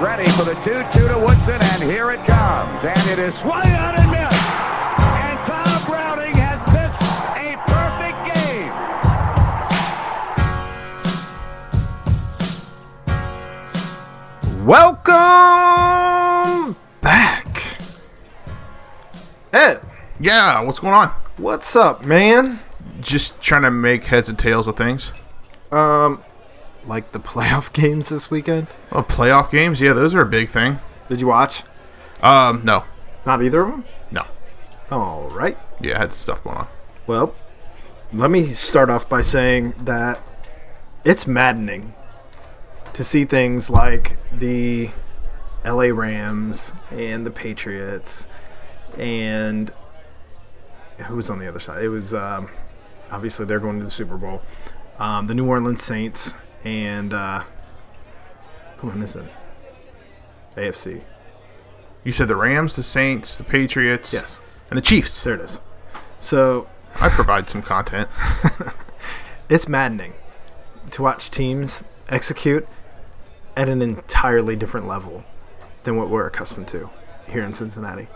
ready for the 2-2 to Woodson, and here it comes. And it is swung out and missed. And Tom Browning has missed a perfect game. Welcome back. Ed, Yeah, what's going on? what's up, man? Just trying to make heads and tails of things. Um, like the playoff games this weekend? Well, playoff games, yeah, those are a big thing. Did you watch? Um, no, Not either of them? no, All right. yeah, I had stuff going on. Well, let me start off by saying that it's maddening to see things like the LA Rams and the Patriots and who was on the other side? It was um, obviously they're going to the Super Bowl. Um, the New Orleans Saints and uh, who am I missing? AFC. You said the Rams, the Saints, the Patriots, Yes. and the Chiefs. There it is. So I provide some content. it's maddening to watch teams execute at an entirely different level than what we're accustomed to here in Cincinnati.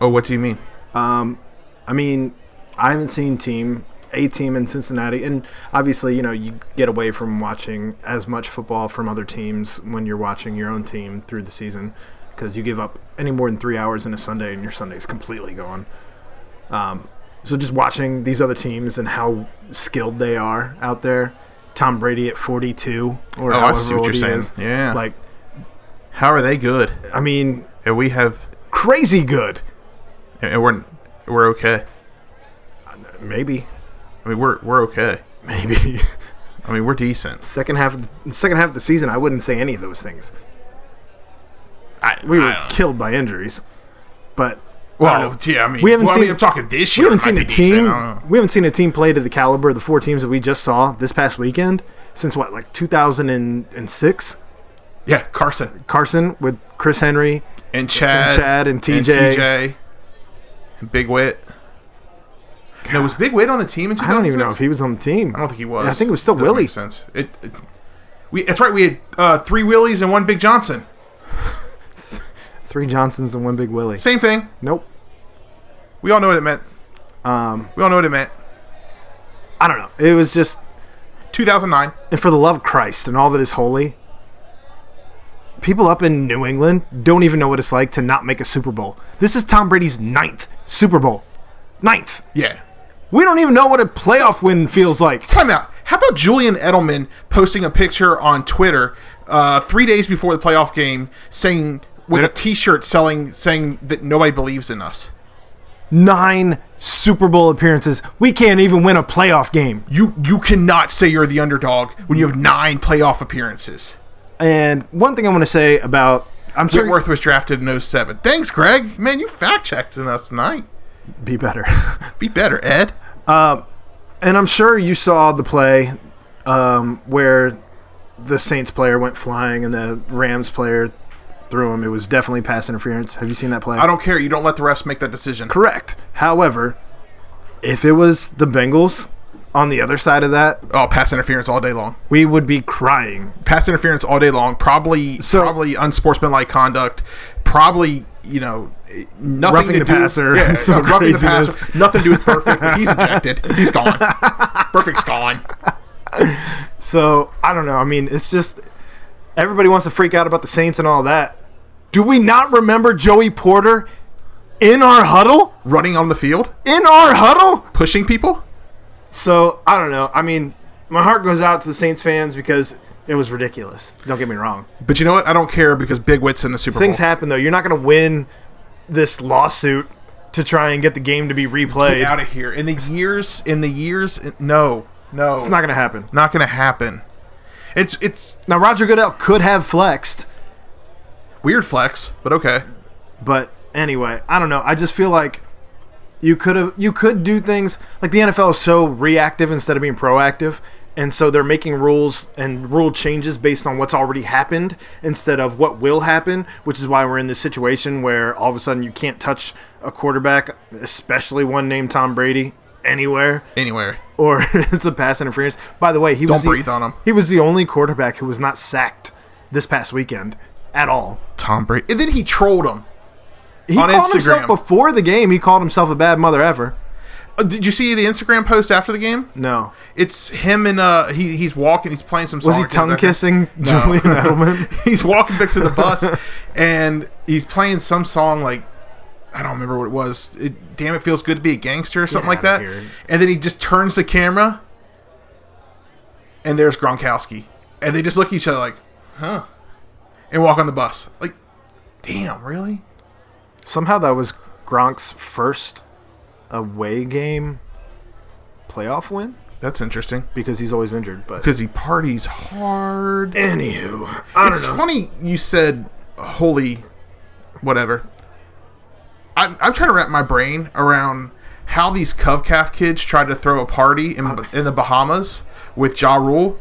Oh, what do you mean? I mean, I haven't seen team a team in Cincinnati, and obviously, you know, you get away from watching as much football from other teams when you're watching your own team through the season because you give up any more than three hours in a Sunday, and your Sunday's completely gone. Um, so just watching these other teams and how skilled they are out there. Tom Brady at 42 or Oh, I however see what old you're he saying. is. Yeah. Like, How are they good? I mean, And we have, crazy good. and we're we're okay. Maybe, I mean, we're we're okay. maybe. I mean, we're decent. second half of the, second half of the season I wouldn't say any of those things. I, We were I don't- killed by injuries. But I Well, don't know. yeah, I mean, We haven't well, I mean, seen- I'm talking this we year. haven't it seen might a be decent, team I don't know. we haven't seen a team play to the caliber of the four teams that we just saw this past weekend since what like 2006 Yeah, Carson Carson with Chris Henry and Chad, and Chad and TJ. and TJ, and Big Wit. No, was Big Wit on the team in 2006? I don't even know if he was on the team I don't think he was. I think it was still Doesn't Willie. Make sense. It, it- We. That's right. We had uh, three Willies and one Big Johnson. three Johnsons and one Big Willie Same thing. nope We all know what it meant. um We all know what it meant. I don't know it was just 2009. and for the love of Christ and all that is holy people up in New England don't even know what it's like to not make a Super Bowl this is Tom Brady's ninth Super Bowl ninth Yeah. we don't even know what a playoff win feels like Time out. How about Julian Edelman posting a picture on Twitter uh, three days before the playoff game, saying with a T-shirt selling saying that nobody believes in us. nine Super Bowl appearances. We can't even win a playoff game. You you cannot say you're the underdog when you have nine playoff appearances. And one thing I want to say about I'm sure Whitworth was drafted in 07. Thanks, Greg. Man, you fact checked us tonight. be better. Be better, Ed. and I'm sure you saw the play um, where the Saints player went flying and the Rams player threw him. It was definitely pass interference. Have you seen that play? I don't care. You don't let the refs make that decision. Correct. However, if it was the Bengals on the other side of that, Oh, pass interference all day long. we would be crying. Pass interference all day long. Probably, So- probably unsportsmanlike conduct. Probably, you know, nothing Roughing to the do- passer. Yeah, Some uh, roughing the craziness. passer. Nothing to do with perfect. He's ejected. He's gone. Perfect's gone. So I don't know. I mean, it's just everybody wants to freak out about the Saints and all that. Do we not remember Joey Porter in our huddle? Running on the field, In our huddle? pushing people. So I don't know. I mean, my heart goes out to the Saints fans because it was ridiculous. Don't get me wrong. But you know what? I don't care because Big Wit's in the Super Things Bowl. happen though. You're not going to win this lawsuit to try and get the game to be replayed. Get out of here. In the years, in the years, no, no, It's not going to happen. not gonna happen. It's it's Now Roger Goodell could have flexed, weird flex, but okay. But anyway, I don't know. I just feel like you could have you could do things like the NFL is so reactive instead of being proactive. And so they're making rules and rule changes based on what's already happened instead of what will happen, which is why we're in this situation where all of a sudden you can't touch a quarterback, especially one named Tom Brady, anywhere, Anywhere. or it's a pass interference. By the way, he was Don't breathe on him. He was the only quarterback who was not sacked this past weekend. at all. Tom Brady. And then he trolled him. He On called Instagram. himself before the game. He called himself a bad mother ever. Uh, did you see the Instagram post after the game? No, It's him and uh, he, he's walking. He's playing some. was song he or two in the tongue kissing background. No. Julian Edelman? he's walking back to the bus and he's playing some song like I don't remember what it was. It, Damn, it feels good to be a gangster or something like outta that. here. And then he just turns the camera, and there's Gronkowski, and they just look at each other like, "Huh," and walk on the bus. Like, damn, really? Somehow that was Gronk's first away game playoff win That's interesting because he's always injured. But because he parties hard. anywho, I don't it's know. funny you said holy whatever I'm, I'm trying to wrap my brain around how these covcalf kids tried to throw a party in, in the bahamas with ja rule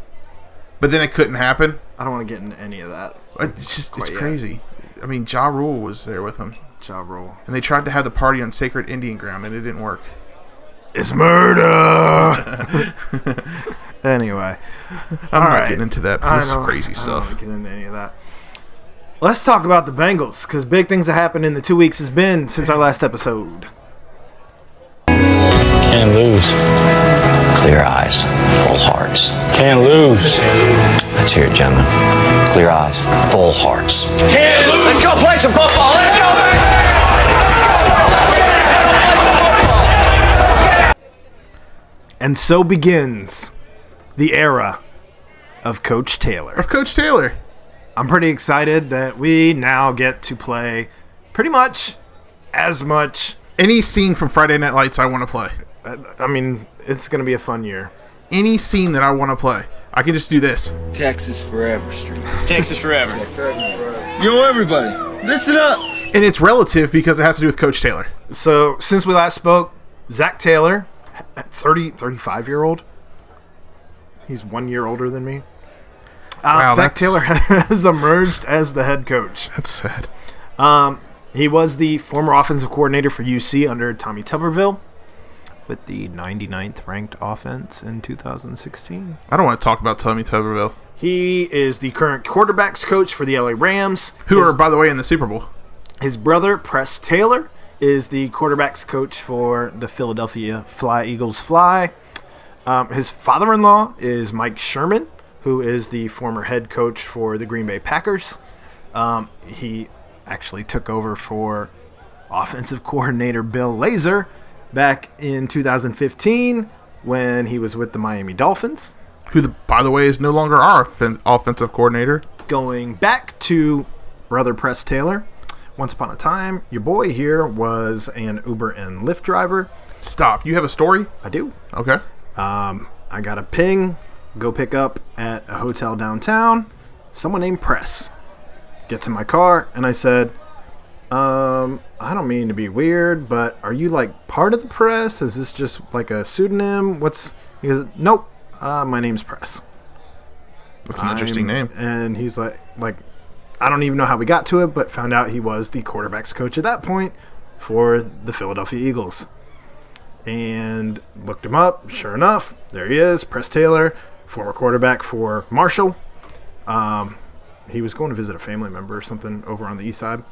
but then it couldn't happen I don't want to get into any of that. it's just it's Quite yet. crazy i mean ja rule was there with him Job roll and they tried to have the party on sacred indian ground and it didn't work It's murder. anyway, i'm All not right. getting into that I this is don't- crazy I don't stuff wanna get into any of that. Let's talk about the Bengals because big things have happened in the two weeks has been since our last episode. Can't lose. Clear eyes, full hearts. Can't lose. Let's hear it, gentlemen. Clear eyes, full hearts. Let's go play some football. Let's go. And so begins the era of Coach Taylor. of coach taylor I'm pretty excited that we now get to play pretty much as much. any scene from friday night lights i want to play I I mean, it's going to be a fun year. any scene that i want to play i can just do this Texas Forever Street. Texas forever. Yo, everybody, listen up. and it's relative because it has to do with Coach Taylor. So, since we last spoke, Zach Taylor, 30, 35 year old, he's one year older than me. Uh, Wow, Zach that's- Taylor has emerged as the head coach. That's sad. He was the former offensive coordinator for UC under Tommy Tuberville with the 99th ranked offense in 2016. I don't want to talk about Tommy Tuberville, He is the current quarterbacks coach for the LA Rams. who his, are, by the way, in the Super Bowl. his brother Press Taylor is the quarterbacks coach for the Philadelphia Fly Eagles Fly. Um, his father-in-law is Mike Sherman, who is the former head coach for the Green Bay Packers. Um, he actually took over for offensive coordinator Bill Lazor back in 2015 when he was with the Miami Dolphins. Who, the, by the way, is no longer our offen- offensive coordinator. going back to Brother Press Taylor. Once upon a time, your boy here was an Uber and Lyft driver. Stop. You have a story? I do. Okay. Um, I got a ping, go pick up at a hotel downtown. Someone named Press gets in my car, and I said, um, I don't mean to be weird, but are you like part of the press? Is this just like a pseudonym? What's he goes, Nope, uh, my name's Press. That's an interesting I'm- name. And he's like, like, I don't even know how we got to it, but found out he was the quarterbacks coach at that point for the Philadelphia Eagles. And looked him up. Sure enough, there he is, Press Taylor, former quarterback for Marshall. Um, he was going to visit a family member or something over on the east side,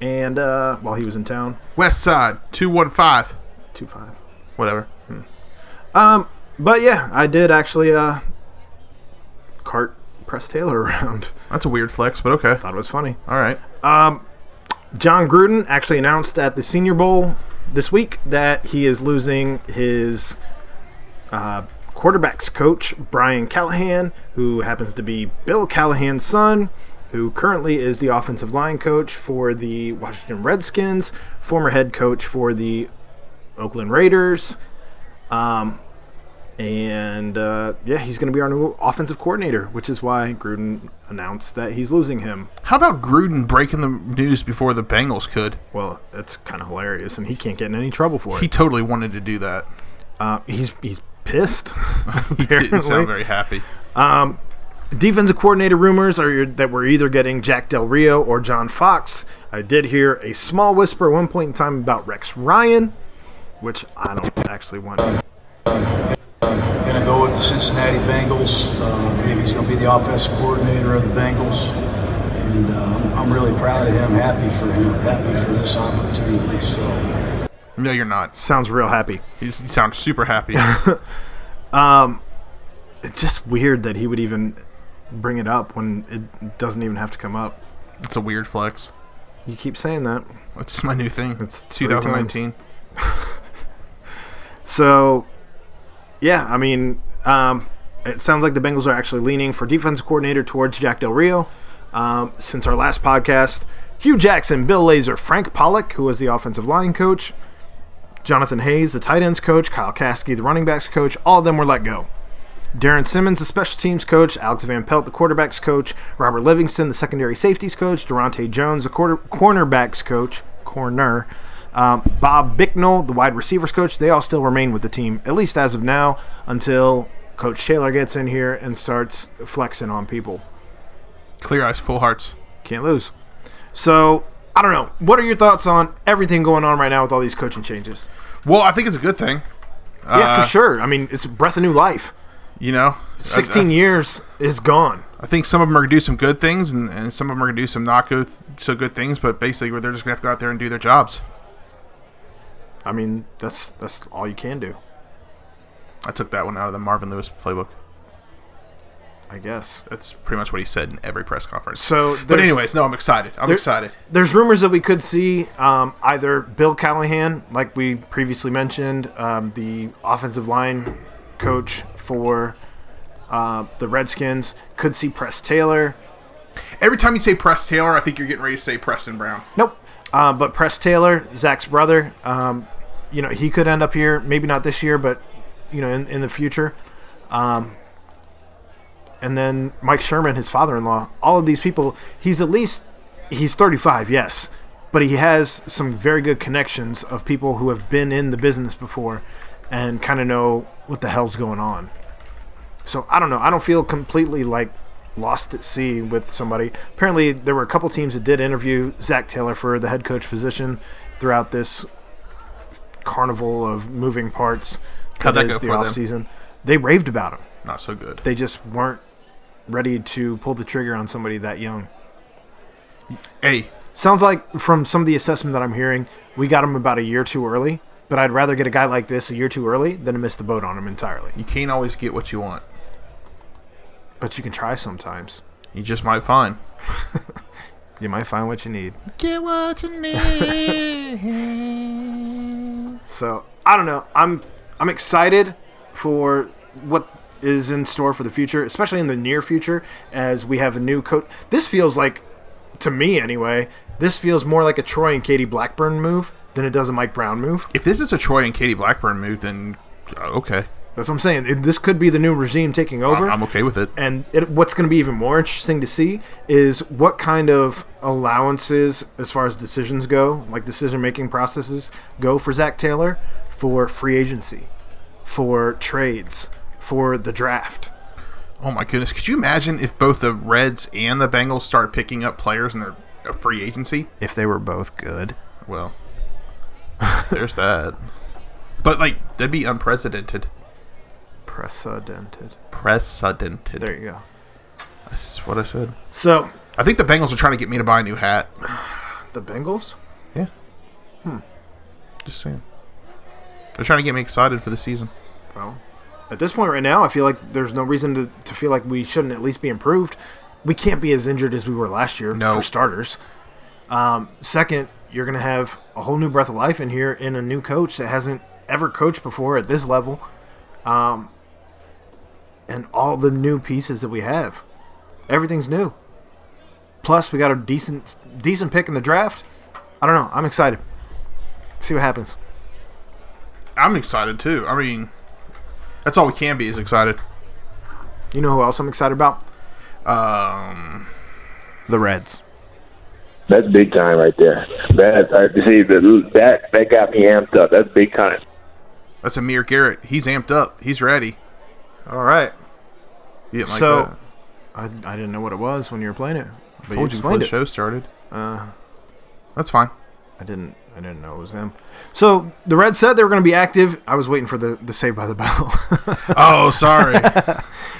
and uh, while he was in town, West Side 215. two five. Whatever. Um, but yeah, I did actually uh, cart Press Taylor around. That's a weird flex, but okay. Thought it was funny. All right. John Gruden actually announced at the Senior Bowl this week that he is losing his uh, quarterbacks coach, Brian Callahan, who happens to be Bill Callahan's son, who currently is the offensive line coach for the Washington Redskins, former head coach for the Oakland Raiders. Um, and uh, yeah, he's going to be our new offensive coordinator, which is why Gruden announced that he's losing him. How about Gruden breaking the news before the Bengals could? Well, that's kind of hilarious, and he can't get in any trouble for He it. totally wanted to do that. Uh, he's he's pissed. He didn't sound Apparently. very happy. Defensive coordinator rumors are that we're either getting Jack Del Rio or John Fox. I did hear a small whisper at one point in time about Rex Ryan, which I don't actually want. going to go with the Cincinnati Bengals. Uh, I believe he's going to be the offensive coordinator of the Bengals. And and uh, I'm really proud of him. Happy for him. Happy for this opportunity. So. No, you're not. Sounds real happy. He's, he sounds super happy. It's just weird that he would even bring it up when it doesn't even have to come up. it's a weird flex. You keep saying that. That's my new thing. It's It's three times. 2019. So, yeah, I mean, um, it sounds like the Bengals are actually leaning for defensive coordinator towards Jack Del Rio. Um, since our last podcast, Hugh Jackson, Bill Lazor, Frank Pollock, who was the offensive line coach, Jonathan Hayes, the tight ends coach, Kyle Kasky, the running backs coach, all of them were let go. Darren Simmons, the special teams coach, Alex Van Pelt, the quarterbacks coach, Robert Livingston, the secondary safeties coach, Durante Jones, the quarter, cornerbacks coach, corner, um, Bob Bicknell, the wide receivers coach. They all still remain with the team, at least as of now, until Coach Taylor gets in here and starts flexing on people. Clear eyes, full hearts. Can't lose. So, I don't know. What are your thoughts on everything going on right now with all these coaching changes? Well, I think it's a good thing. yeah, Uh, for sure. I mean, it's a breath of new life. You know, 16 I, years is gone. I think some of them are gonna do some good things, and, and some of them are gonna do some not good, so good things. But basically, where they're just gonna have to go out there and do their jobs. I mean, that's that's all you can do, I took that one out of the Marvin Lewis playbook. I guess. That's pretty much what he said in every press conference. So but there's- anyways, no, I'm excited. I'm there- excited. There's rumors that we could see um, either Bill Callahan, like we previously mentioned, um, the offensive line coach for uh, the Redskins, could see Press Taylor. Every time you say Press Taylor, I think you're getting ready to say Preston Brown. Nope. Uh, but Press Taylor, Zach's brother, um, you know, he could end up here. Maybe not this year, but, you know, in, in the future. Um, and then Mike Sherman, his father in law. All of these people, he's at least, he's 35, yes. But he has some very good connections of people who have been in the business before and kind of know what the hell's going on. So I don't know. I don't feel completely like lost at sea with somebody. Apparently, there were a couple teams that did interview Zach Taylor for the head coach position throughout this carnival of moving parts How'd that is go the for them? offseason. They raved about him. Not so good. They just weren't ready to pull the trigger on somebody that young. hey, Sounds like from some of the assessment that I'm hearing, we got him about a year too early. But I'd rather get a guy like this a year too early than to miss the boat on him entirely. you can't always get what you want. But you can try sometimes. You just might find. You might find what you need. Get what you need. So I don't know. I'm I'm excited for what is in store for the future, especially in the near future, as we have a new coach. This feels like, to me anyway, this feels more like a Troy and Katie Blackburn move than it does a Mike Brown move. if this is a Troy and Katie Blackburn move, then uh, okay, That's what I'm saying. It- This could be the new regime taking over. I'm okay with it. and it, what's going to be even more interesting to see is what kind of allowances as far as decisions go like decision making processes go for zach taylor for free agency for trades for the draft Oh my goodness, could you imagine if both the Reds and the Bengals start picking up players in their a free agency? if they were both good Well, there's that. But like, that'd be unprecedented. precedented Precedented. there you go That's what I said. so I think the Bengals are trying to get me to buy a new hat. the bengals Yeah. Hmm. Just saying. They're trying to get me excited for the season. well at this point right now i feel like there's no reason to, to feel like we shouldn't at least be improved we can't be as injured as we were last year No. for starters um, second you're going to have a whole new breath of life in here in a new coach that hasn't ever coached before at this level um, and all the new pieces that we have everything's new plus we got a decent decent pick in the draft i don't know i'm excited see what happens I'm excited too. I mean, that's all we can be is excited. you know who else i'm excited about Um, the reds That's big time right there. That I see that that that got me amped up. That's big time. that's Amir Garrett. He's amped up. He's ready. all right You didn't like So- that. I, I didn't know what it was when you were playing it, but you told you before explained the it. show started. Uh, that's fine. I didn't I didn't know it was him. So the Reds said they were going to be active. I was waiting for the the save by the bell. Oh, sorry.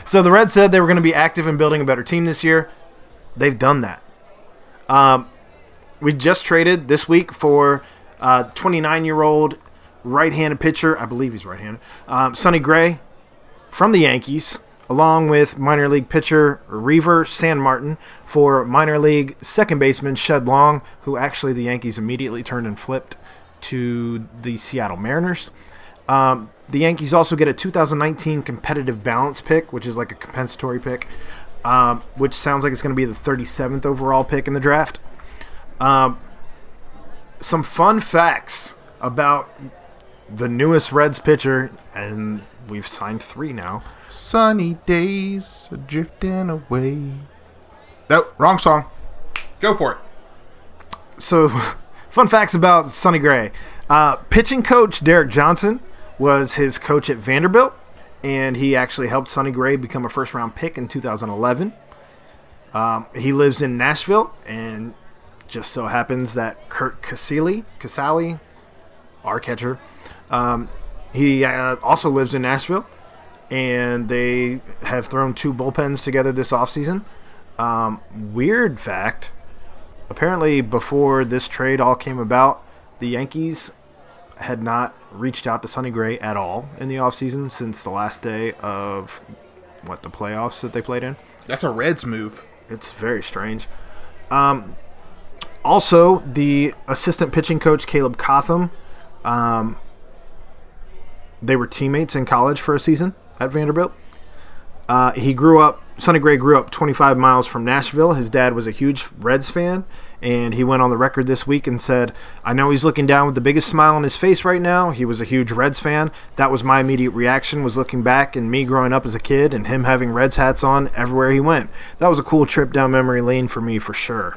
so the Reds said they were going to be active in building a better team this year. They've done that. Um, we just traded this week for 29 year old right handed pitcher. I believe he's right handed. Um, Sonny Gray from the Yankees, along with minor league pitcher Reaver San Martin for minor league second baseman Shed Long, who actually the Yankees immediately turned and flipped to the Seattle Mariners. Um, the Yankees also get a 2019 competitive balance pick, which is like a compensatory pick, um, which sounds like it's going to be the 37th overall pick in the draft. Um, some fun facts about the newest Reds pitcher, and we've signed three now. Sunny days are drifting away. Nope, wrong song. Go for it. so fun facts about Sonny Gray. Uh, pitching coach Derek Johnson was his coach at Vanderbilt, and he actually helped Sonny Gray become a first round pick in 2011. Um, he lives in Nashville, and just so happens that Kurt Casale, Casale, our catcher, um, he uh, also lives in Nashville, and they have thrown two bullpens together this offseason. Um, weird fact apparently before this trade all came about, the Yankees had not reached out to Sonny Gray at all in the offseason since the last day of what the playoffs that they played in. That's a Reds move. It's very strange. Um, also, the assistant pitching coach Caleb Cotham, um, they were teammates in college for a season at Vanderbilt. Uh, he grew up. Sonny Gray grew up 25 miles from Nashville. His dad was a huge Reds fan, and he went on the record this week and said, "I know he's looking down with the biggest smile on his face right now. He was a huge Reds fan. That was my immediate reaction was looking back and me growing up as a kid and him having Reds hats on everywhere he went. That was a cool trip down memory lane for me for sure.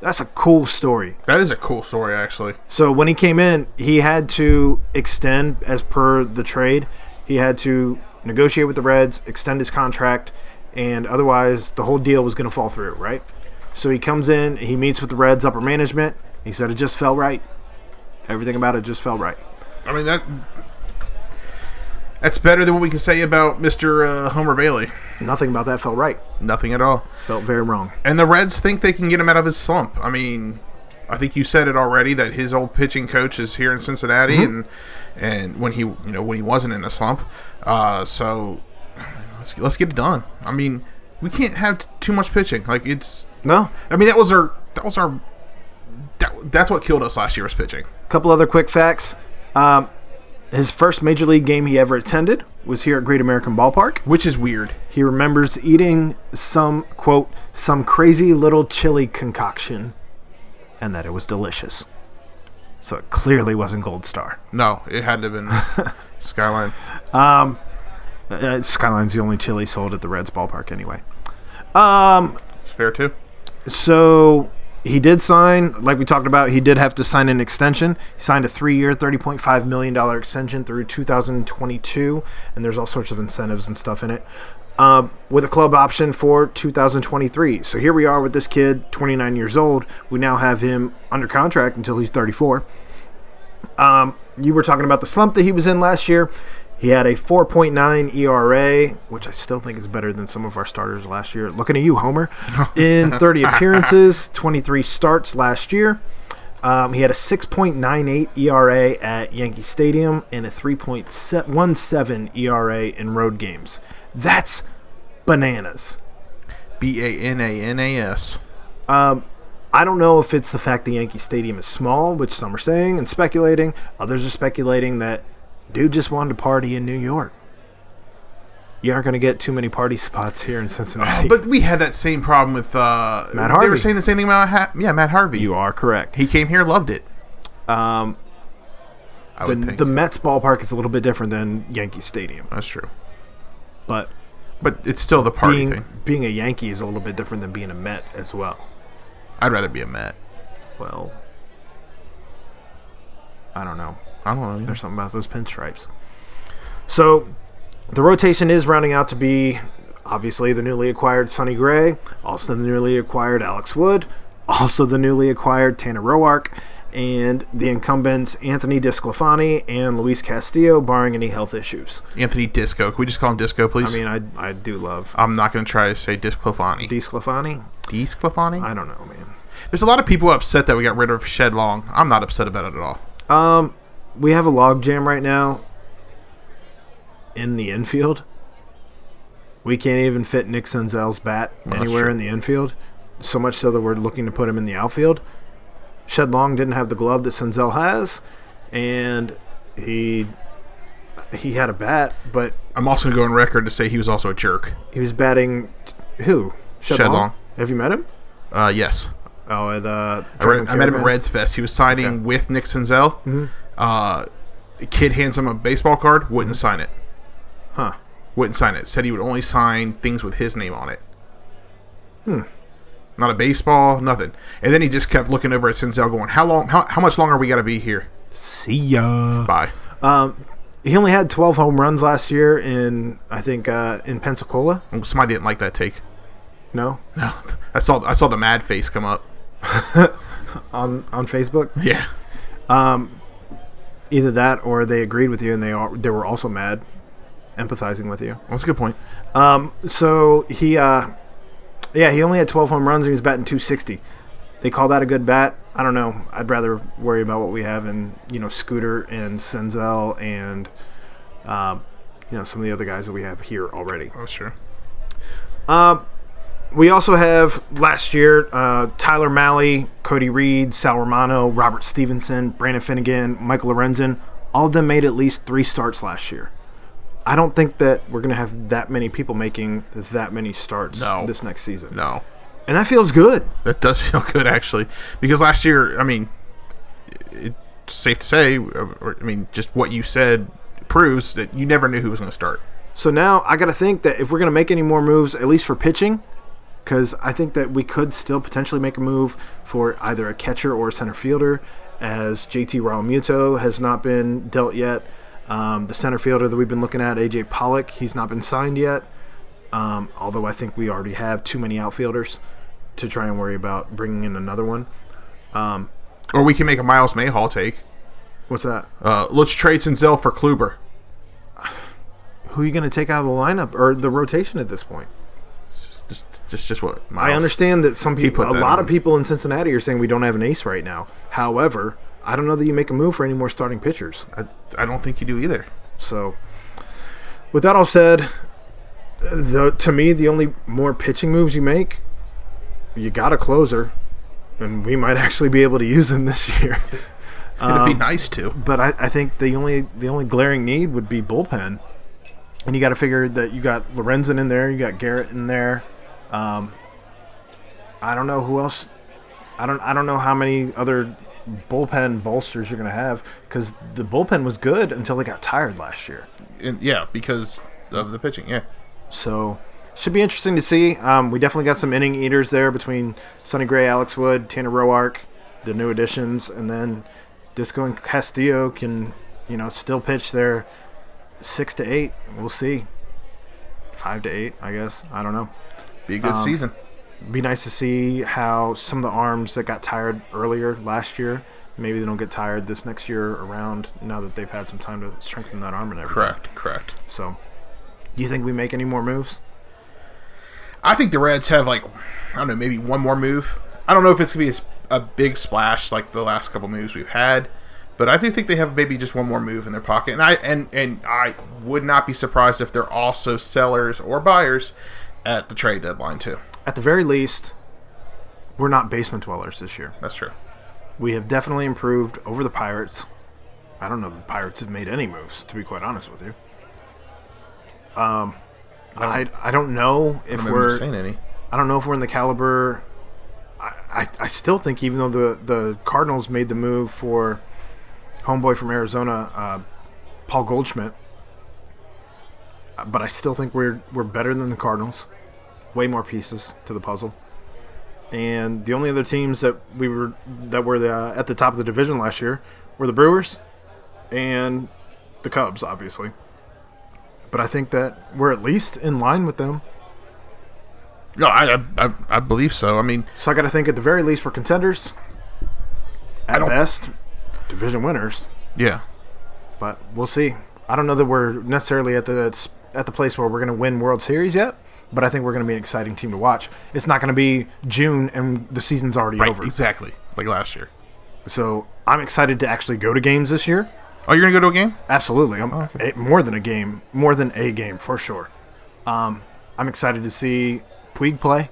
That's a cool story. That is a cool story, actually. So when he came in, he had to extend, as per the trade, he had to negotiate with the Reds, extend his contract, and otherwise the whole deal was going to fall through, right? So he comes in, he meets with the Reds upper management. He said it just felt right. Everything about it just felt right. I mean that. That's better than what we can say about Mr. Uh, Homer Bailey. Nothing about that felt right. Nothing at all. Felt very wrong. And the Reds think they can get him out of his slump. I mean, I think you said it already that his old pitching coach is here in Cincinnati, and and when he you know when he wasn't in a slump, uh, so let's let's get it done. I mean, we can't have t- too much pitching. Like it's, No, I mean that was our that was our that, that's what killed us last year was pitching. couple other quick facts. Um, his first major league game he ever attended was here at Great American Ballpark. which is weird. He remembers eating some, quote, some crazy little chili concoction and that it was delicious. So it clearly wasn't Gold Star. No, it had to have been Skyline. Uh, Skyline's the only chili sold at the Reds ballpark anyway. Um, It's fair too. so he did sign, like we talked about, he did have to sign an extension. He signed a three year, $30.5 million extension through 2022, and there's all sorts of incentives and stuff in it, um, with a club option for 2023. So here we are with this kid, 29 years old. We now have him under contract until he's 34. Um, you were talking about the slump that he was in last year. He had a 4.9 ERA, E which I still think is better than some of our starters last year. Looking at you, Homer. In 30 appearances, 23 starts last year. Um, he had a 6.98 ERA E at Yankee Stadium and a 3.17 ERA E in road games. That's bananas. B a n a n a s. I don't know if it's the fact the Yankee Stadium is small, which some are saying and speculating. Others are speculating that dude just wanted to party in New York. You aren't going to get too many party spots here in Cincinnati. But we had that same problem with uh, Matt They Harvey. were saying the same thing about ha- yeah Matt Harvey. you are correct. He came here, loved it. Um, I the, would think the Mets ballpark is a little bit different than Yankee Stadium, that's true. but But it's still the party being thing. being a Yankee is a little bit different than being a Met as well. I'd rather be a Met. Well, I don't know. I don't know. There's something about those pinstripes. So the rotation is rounding out to be obviously the newly acquired Sonny Gray, also the newly acquired Alex Wood, also the newly acquired Tanner Roark, and the incumbents Anthony Disclafani and Luis Castillo, barring any health issues. Anthony Disco. Can we just call him Disco, I please? mean, I, I do love I'm not going to try to say Disclafani. Disclafani. Disclafani? I don't know, man. There's a lot of people upset that we got rid of Shed Long. I'm not upset about it at all. Um, we have a log jam right now in the infield. We can't even fit Nick Senzel's bat that's anywhere true. in the infield. So much so that we're looking to put him in the outfield. Shed Long didn't have the glove that Senzel has, and he he had a bat, but I'm also going to go on record to say he was also a jerk. he was batting t- who? Shed Long. Have you met him? Uh, yes. Oh, at uh, I, read, I met him at Caravan? Reds Fest. He was signing with Nick Senzel. Uh, the kid hands him a baseball card, wouldn't sign it. Huh. Wouldn't sign it. Said he would only sign things with his name on it. Hmm. Not a baseball, nothing. And then he just kept looking over at Senzel, going, "How long? How, how much longer we got to be here?" See ya. Bye. He only had 12 home runs last year in I think uh, in Pensacola. Somebody didn't like that take. No, No, I saw I saw the mad face come up. on on Facebook. Yeah, Either that or they agreed with you and they are, they were also mad, empathizing with you. that's a good point. Um, so he, uh, yeah, he only had 12 home runs and he was batting 260. They call that a good bat. I don't know. I'd rather worry about what we have in you know Scooter and Senzel and um, you know some of the other guys that we have here already. Oh sure. We also have last year uh, Tyler Malley, Cody Reed, Sal Romano, Robert Stevenson, Brandon Finnegan, Michael Lorenzen. All of them made at least three starts last year. I don't think that we're going to have that many people making that many starts No. this next season. No, And that feels good. that does feel good actually, because last year, I mean, it- it's safe to say, or, or, I mean, just what you said proves that you never knew who was going to start. So now I got to think that if we're going to make any more moves, at least for pitching, because I think that we could still potentially make a move for either a catcher or a center fielder, as JT Realmuto has not been dealt yet. Um, the center fielder that we've been looking at, AJ Pollock, he's not been signed yet. Um, although I think we already have too many outfielders to try and worry about bringing in another one. Or we can make a Miles Mayhall take. What's that? Uh, let's trade Senzel for Kluber. Who are you going to take out of the lineup or the rotation at this point? Just, just, just what Miles. I understand that some people, put a that lot on. of people in Cincinnati are saying we don't have an ace right now. However, I don't know that you make a move for any more starting pitchers. I, I don't think you do either. So, with that all said, the, to me, the only more pitching moves you make, you got a closer, and we might actually be able to use him this year. Um, It'd be nice to. but I, I think the only the only glaring need would be bullpen, and you got to figure that you got Lorenzen in there, you got Garrett in there. Um, I don't know who else. I don't I don't know how many other bullpen bolsters you're gonna have because the bullpen was good until they got tired last year. And, yeah, because of the pitching. Yeah. So should be interesting to see. Um, we definitely got some inning eaters there between Sonny Gray, Alex Wood, Tanner Roark, the new additions, and then Disco and Castillo can you know still pitch their six to eight. We'll see. Five to eight, I guess. I don't know. Be a good um, season. Be nice to see how some of the arms that got tired earlier last year, maybe they don't get tired this next year around. Now that they've had some time to strengthen that arm and everything. Correct. Correct. So, do you think we make any more moves? I think the Reds have like I don't know, maybe one more move. I don't know if it's gonna be as- a big splash like the last couple moves we've had, but I do think they have maybe just one more move in their pocket. And I and and I would not be surprised if they're also sellers or buyers at the trade deadline too. at the very least, we're not basement dwellers this year. That's true. We have definitely improved over the Pirates. I don't know that the Pirates have made any moves, to be quite honest with you. Um, I don't, I, don't know if Maybe we're we're saying any. I don't know if we're in the caliber. I, I, I still think even though the the Cardinals made the move for homeboy from Arizona, uh, Paul Goldschmidt, uh, but I still think we're we're better than the Cardinals. Way more pieces to the puzzle. And the only other teams that we were that were the, at the top of the division last year were the Brewers and the Cubs, obviously. But I think that we're at least in line with them. No, I, I- I I believe so. I mean, So I got to think at the very least we're contenders. At don't- best, division winners. yeah, But we'll see. I don't know that we're necessarily at the at the place where we're going to win World Series yet. but I think we're going to be an exciting team to watch. It's not going to be June and the season's already Right, over. exactly. Like last year. So I'm excited to actually go to games this year. Oh, you're gonna go to a game? Absolutely, I'm okay. eh, more than a game, more than a game for sure. Um, I'm excited to see Puig play.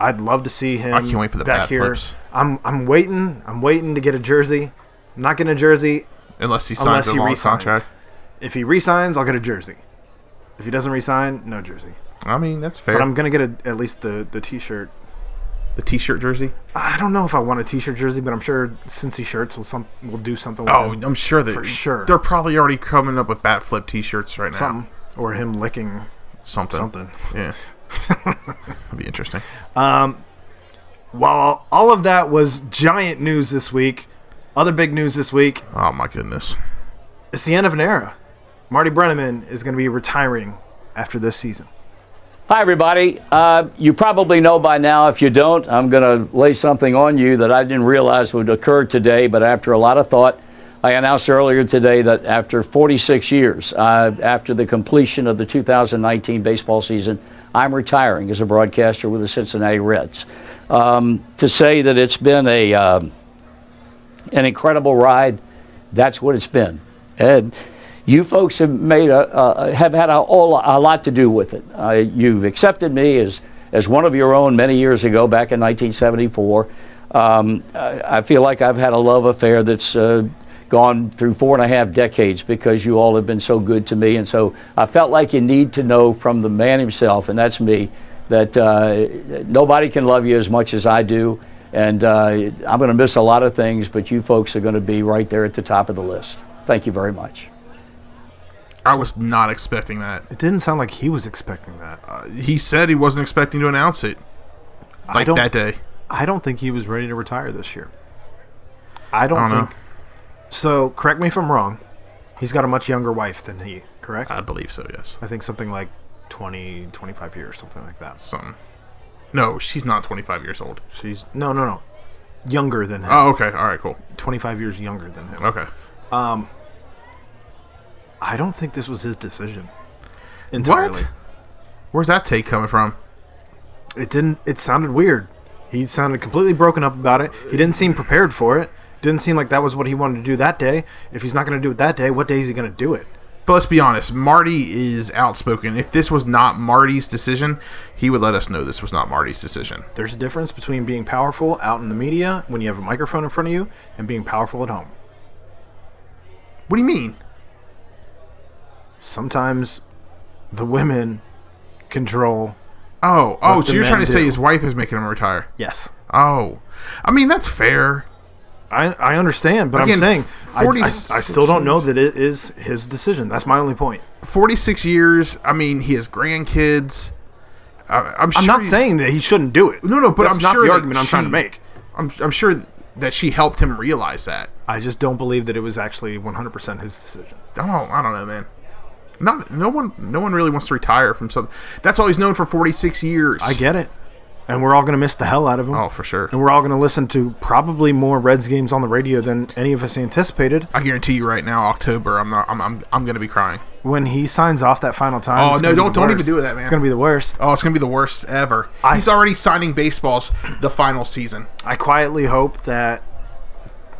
I'd love to see him. I can't wait for the bat back here. flips. I'm I'm waiting. I'm waiting to get a jersey. I'm not getting a jersey Unless he signs unless a he long resigns. contract. If he resigns, I'll get a jersey. If he doesn't resign, no jersey. I mean, that's fair. But I'm gonna get a, at least the the T-shirt. the T-shirt jersey. I don't know if I want a T-shirt jersey, but I'm sure Cincy shirts will some will do something. With Oh, it. I'm sure that for sure. they're probably already coming up with bat flip T-shirts right now. something or him licking Something. something. Yeah. That'd be interesting. While all of that was giant news this week, other big news this week Oh my goodness. it's the end of an era. Marty Brenneman is going to be retiring after this season. Hi, everybody. Uh, you probably know by now. If you don't, I'm going to lay something on you that I didn't realize would occur today, but after a lot of thought, I announced earlier today that after 46 years, uh, after the completion of the 2019 baseball season, I'm retiring as a broadcaster with the Cincinnati Reds. Um, to say that it's been a um, an incredible ride, that's what it's been. And you folks have made a, uh, have had a, all, a lot to do with it. Uh, you've accepted me as, as one of your own many years ago, back in 1974. Um, I, I feel like I've had a love affair that's uh, gone through four and a half decades because you all have been so good to me. And so I felt like you need to know from the man himself, and that's me, that uh, nobody can love you as much as I do. And uh, I'm going to miss a lot of things, but you folks are going to be right there at the top of the list. Thank you very much. I was not expecting that. It didn't sound like he was expecting that. He said he wasn't expecting to announce it I like don't, that day. I don't think he was ready to retire this year. I don't, I don't think. So, correct me if I'm wrong. He's got a much younger wife than he, correct? I believe so. Yes. I think something like 20, 25 years, something like that. Something. No, she's not 25 years old. She's no, no, no, younger than him. Oh, okay. All right. Cool. 25 years younger than him. Okay. I don't think this was his decision. Entirely. Where's that take coming from? It didn't it sounded weird. He sounded completely broken up about it. He didn't seem prepared for it. Didn't seem like that was what he wanted to do that day. If he's not going to do it that day, what day is he going to do it? But let's be honest, Marty is outspoken. If this was not Marty's decision, he would let us know this was not Marty's decision. There's a difference between being powerful out in the media when you have a microphone in front of you and being powerful at home. What do you mean? Sometimes the women control. Oh, oh, What so the you're trying men to say do. his wife is making him retire? Yes. Oh, I mean that's fair. I, I understand, but Again, I'm saying I, I, 40 I still don't know that it is his decision. That's my only point. Forty six years. I mean, he has grandkids. I, I'm, sure I'm not he- saying that he shouldn't do it. No, no, but That's I'm not sure the that argument I'm trying to she- make. I'm, I'm sure that she helped him realize that. I just don't believe that it was actually 100% his decision. I don't. I don't know, man. Not no one. No one really wants to retire from something. That's all he's known for forty six years. I get it. And we're all going to miss the hell out of him. Oh, for sure. And we're all going to listen to probably more Reds games on the radio than any of us anticipated. I guarantee you right now, October, I'm not. I'm. I'm, I'm gonna be crying. When he signs off that final time. Oh, it's no, gonna be don't- the don't worst. even do that, man. It's going to be the worst. Oh, it's gonna be the worst ever. I- he's already signing baseballs the final season. I quietly hope that,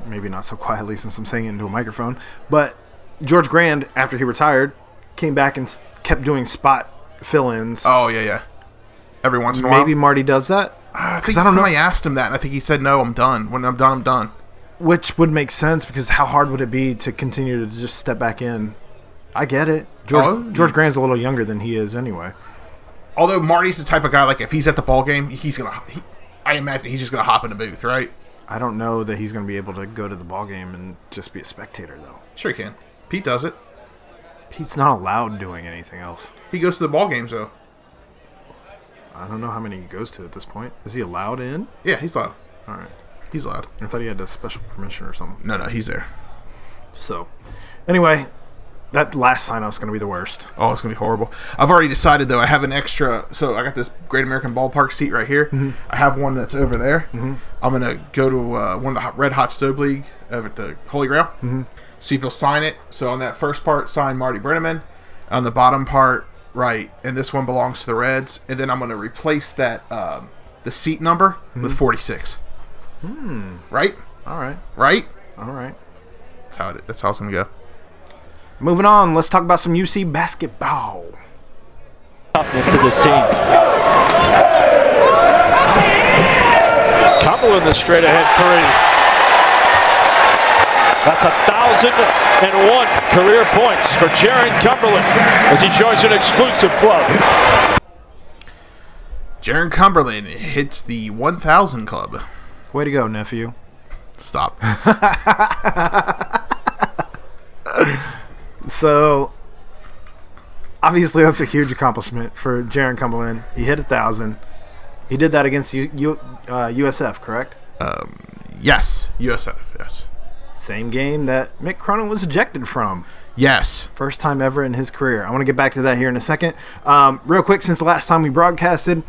maybe not so quietly since I'm saying it into a microphone, but George Grand, after he retired, came back and s- kept doing spot fill ins. Oh yeah, yeah. Every once in a while, maybe Marty does that. I think 'cause I don't know- somebody asked him that, and I think he said, "No, I'm done. When I'm done, I'm done." Which would make sense because how hard would it be to continue to just step back in? I get it. George, Oh. George Grant's a little younger than he is anyway. Although Marty's the type of guy like if he's at the ball game, he's gonna. He, I imagine he's just gonna hop in the booth, right? I don't know that he's going to be able to go to the ball game and just be a spectator though. Sure, he can. Pete does it. Pete's not allowed doing anything else. He goes to the ball games though. I don't know how many he goes to at this point. Is he allowed in? Yeah, he's loud. All right. He's loud. I thought he had a special permission or something. No, no, he's there. So, anyway, that last sign off's going to be the worst. Oh, it's gonna be horrible. I've already decided though. I have an extra. So I got this Great American Ballpark seat right here. I have one that's over there. I'm gonna go to uh, one of the hot- Red Hot Stove League over at the Holy Grail. See if he'll sign it. So on that first part, sign Marty Brenneman. On the bottom part, right? And this one belongs to the Reds. And then I'm going to replace that um, the seat number with 46. Right, All right. right. All right. That's how it. That's how it's going to go. Moving on, let's talk about some UC basketball. toughness to this team. Couple in the straight ahead three. That's a thousand and one career points for Jaron Cumberland as he joins an exclusive club. Jaron Cumberland hits the 1,000 club. Way to go, nephew. Stop. So, obviously, that's a huge accomplishment for Jaron Cumberland. He hit a thousand. He did that against U- U- uh, USF, correct? yes, USF. Yes, Same game that Mick Cronin was ejected from. yes. First time ever in his career. I want to get back to that here in a second. Um, real quick, since the last time we broadcasted,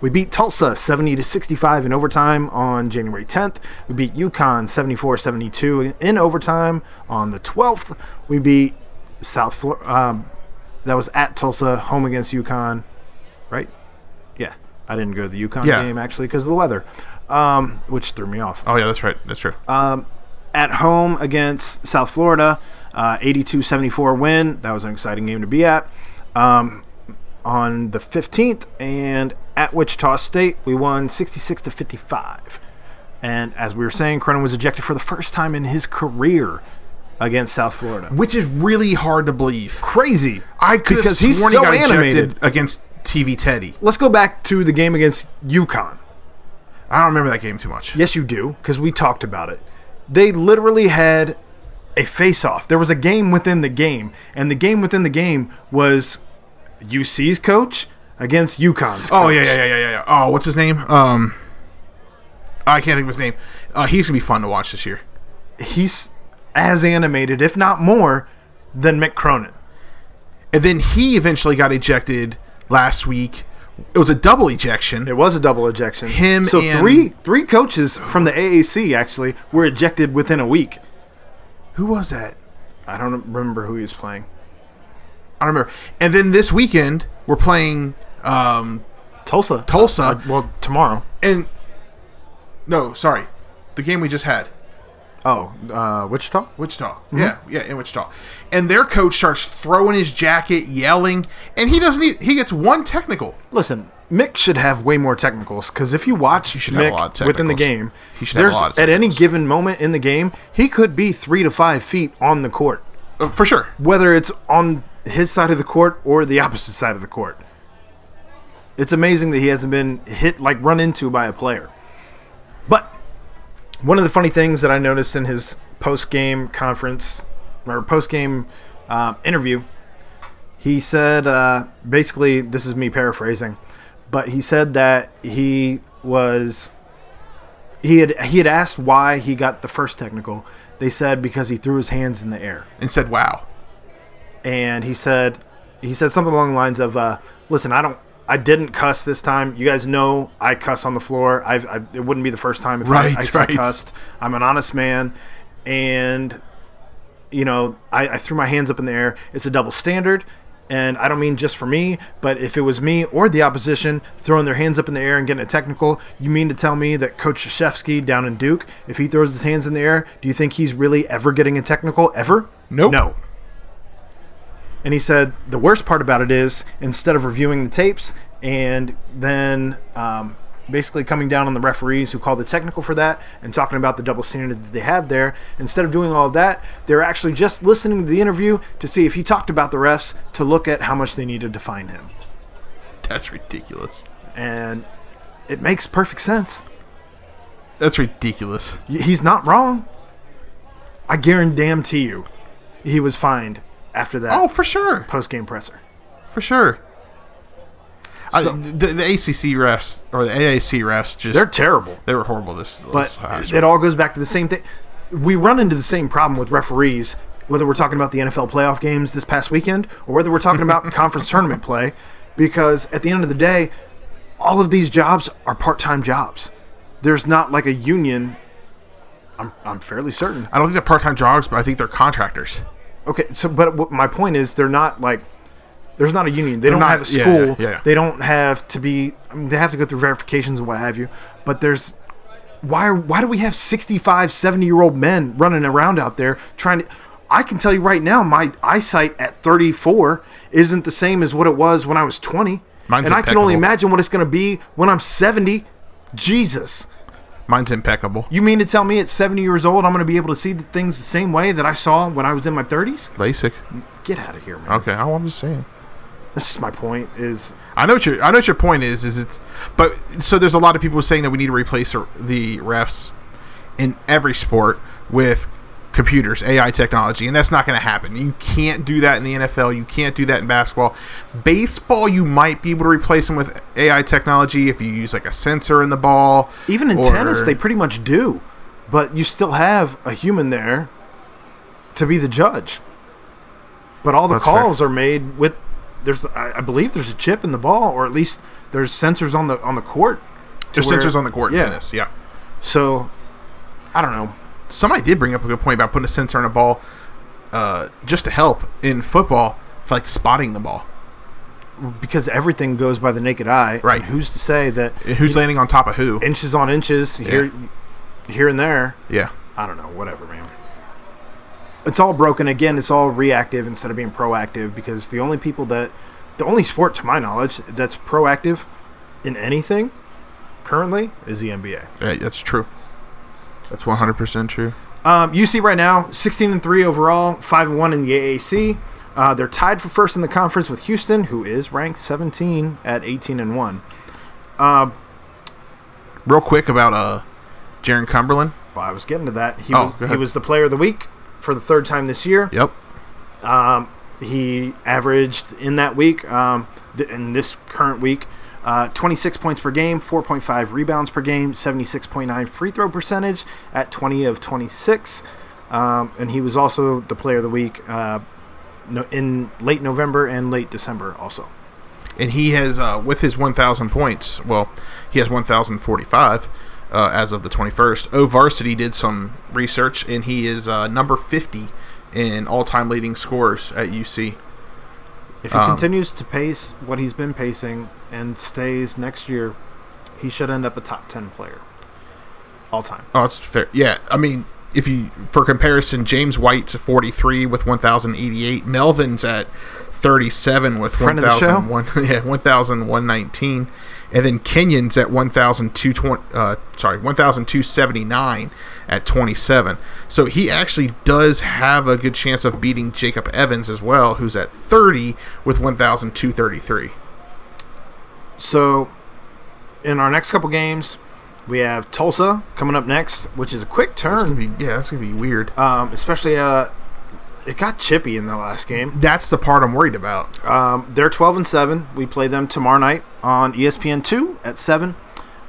we beat Tulsa 70 to 65 in overtime on January 10th. We beat UConn 74 72 in overtime on the 12th. We beat South Florida. Um, that was at Tulsa, home against UConn, right? Yeah. I didn't go to the UConn Yeah. game actually because of the weather, um, which threw me off Oh yeah, that's right. That's true. at home against South Florida, uh, 82-74 win. That was an exciting game to be at. Um, on the 15th and at Wichita State, we won 66 to 55. And as we were saying, Cronin was ejected for the first time in his career against South Florida. Which is really hard to believe. Crazy. I could because because he's he's so sworn he got animated. ejected against TV Teddy. Let's go back to the game against UConn. I don't remember that game too much. Yes, you do, because we talked about it. They literally had a face off. There was a game within the game, and the game within the game was UC's coach against UConn's coach. Oh yeah, yeah, yeah, yeah, yeah, yeah. Oh, what's his name? Um, I can't think of his name. Uh, he's gonna be fun to watch this year. He's as animated, if not more, than Mick Cronin. And then he eventually got ejected last week. It was a double ejection. It was a double ejection. Him so and- three three coaches from the AAC actually were ejected within a week. Who was that? I don't remember who he was playing. I don't remember. And then this weekend we're playing um, Tulsa. Tulsa. Uh, well, tomorrow. and no, sorry, the game we just had, Oh, uh, Wichita. Wichita. Mm-hmm. Yeah, yeah, in Wichita, and their coach starts throwing his jacket, yelling, and he doesn't. Need, he gets one technical. Listen, Mick should have way more technicals because if you watch should have a Mick lot of within the technicals. game, He should have a there's lot of at any technicals. given moment in the game, he could be three to five feet on the court, Uh, for sure. whether it's on his side of the court or the opposite side of the court. It's amazing that he hasn't been hit like run into by a player. But one of the funny things that I noticed in his post game conference or post game um, interview, he said uh, basically, this is me paraphrasing, but he said that he was he had he had asked why he got the first technical. They said because he threw his hands in the air, And said, "Wow." and he said he said something along the lines of, uh, "Listen, I don't." I didn't cuss this time. You guys know I cuss on the floor. I've, I, it wouldn't be the first time if I- Right, I, if right. I cussed. I'm an honest man, and you know, I, I threw my hands up in the air. It's a double standard, and I don't mean just for me, but if it was me or the opposition throwing their hands up in the air and getting a technical, you mean to tell me that Coach Shashevsky down in Duke, if he throws his hands in the air, do you think he's really ever getting a technical ever? Nope. No. And he said the worst part about it is instead of reviewing the tapes and then um, basically coming down on the referees who call the technical for that and talking about the double standard that they have there, instead of doing all of that, they're actually just listening to the interview to see if he talked about the refs to look at how much they needed to fine him. That's ridiculous. And it makes perfect sense. That's ridiculous. Y- He's not wrong. I guarantee you, he was fined after that Oh, for sure. post game presser. For sure. I- So- the, the ACC refs or the AAC refs just They're terrible. they were horrible this. But last it all goes back to the same thing. We run into the same problem with referees, whether we're talking about the NFL playoff games this past weekend or whether we're talking about conference tournament play, because at the end of the day, all of these jobs are part time jobs. There's not like a union. I'm, I'm fairly certain. I don't think they're part time jobs, but I think they're contractors. Okay, so but what my point is, they're not like There's not a union. They They're don't not- have a yeah, school. yeah, yeah. They don't have to be. I mean, they have to go through verifications and what have you. But there's why why do we have 65 70 year old men running around out there trying to i can tell you right now my eyesight at 34 isn't the same as what it was when i was 20 Mine's and i can only impeccable. imagine what it's going to be when i'm 70 jesus Mine's impeccable. you mean to tell me at 70 years old i'm going to be able to see the things the same way that i saw when i was in my 30s LASIK. get out of here man Okay, oh, I'm just saying. this is my point is I know what your I know what your point is. Is it's but so there's a lot of people saying that we need to replace the- the refs in every sport with computers, AI technology, and that's not going to happen. You can't do that in the NFL. You can't do that in basketball. Baseball, you might be able to replace them with AI technology if you use like a sensor in the ball. even in or- tennis they pretty much do but you still have a human there to be the judge but all the That's fair. calls are made with there's I, I believe there's a chip in the ball or at least there's sensors on the on the court to there's where- sensors on the court in yeah. tennis. Yeah. so i don't know somebody did bring up a good point about putting a sensor on a ball uh, just to help in football for like spotting the ball because everything goes by the naked eye and Right. who's to say that and who's landing on top of who inches on inches here here and there yeah I don't know, whatever, man. It's all broken again. It's all reactive instead of being proactive because the only people that, the only sport to my knowledge that's proactive in anything currently is the NBA. Yeah, that's true that's 100% true Um, UC right now, 16 and 3 overall, 5 and 1 in the AAC. Uh, they're tied for first in the conference with Houston, who is ranked 17 at 18 and 1. real quick about uh Jaron Cumberland Well, I was getting to that. He, Oh, go was, ahead. he was the player of the week for the third time this year. yep he averaged in that week, um, th- in this current week, uh, 26 points per game, 4.5 rebounds per game, 76.9 free throw percentage at 20 of 26. Um, and he was also the player of the week uh, no, in late November and late December, also. and he has uh, with his 1000 points well he has 1045 uh, as of the 21st o varsity did some research and he is uh, number 50 in all-time leading scores at uc If he continues to pace what he's been pacing and stays next year, he should end up a top 10 player all time. Oh, that's fair. Yeah, I mean, if you for comparison, James White's at 43 with 1,088. Melvin's at 37 with Friend of the show? 1,001. Yeah, 1,119, and then Kenyon's at 1,220. Uh, sorry, 1,279 at 27. So he actually does have a good chance of beating Jacob Evans as well, who's at 30 with 1,233. So, in our next couple games, we have Tulsa coming up next, which is a quick That's turn, gonna be yeah, that's gonna be weird. um, especially uh, it got chippy in the last game. that's the part I'm worried about. Um, they're 12 and 7. We play them tomorrow night on E ESPN2 at 7.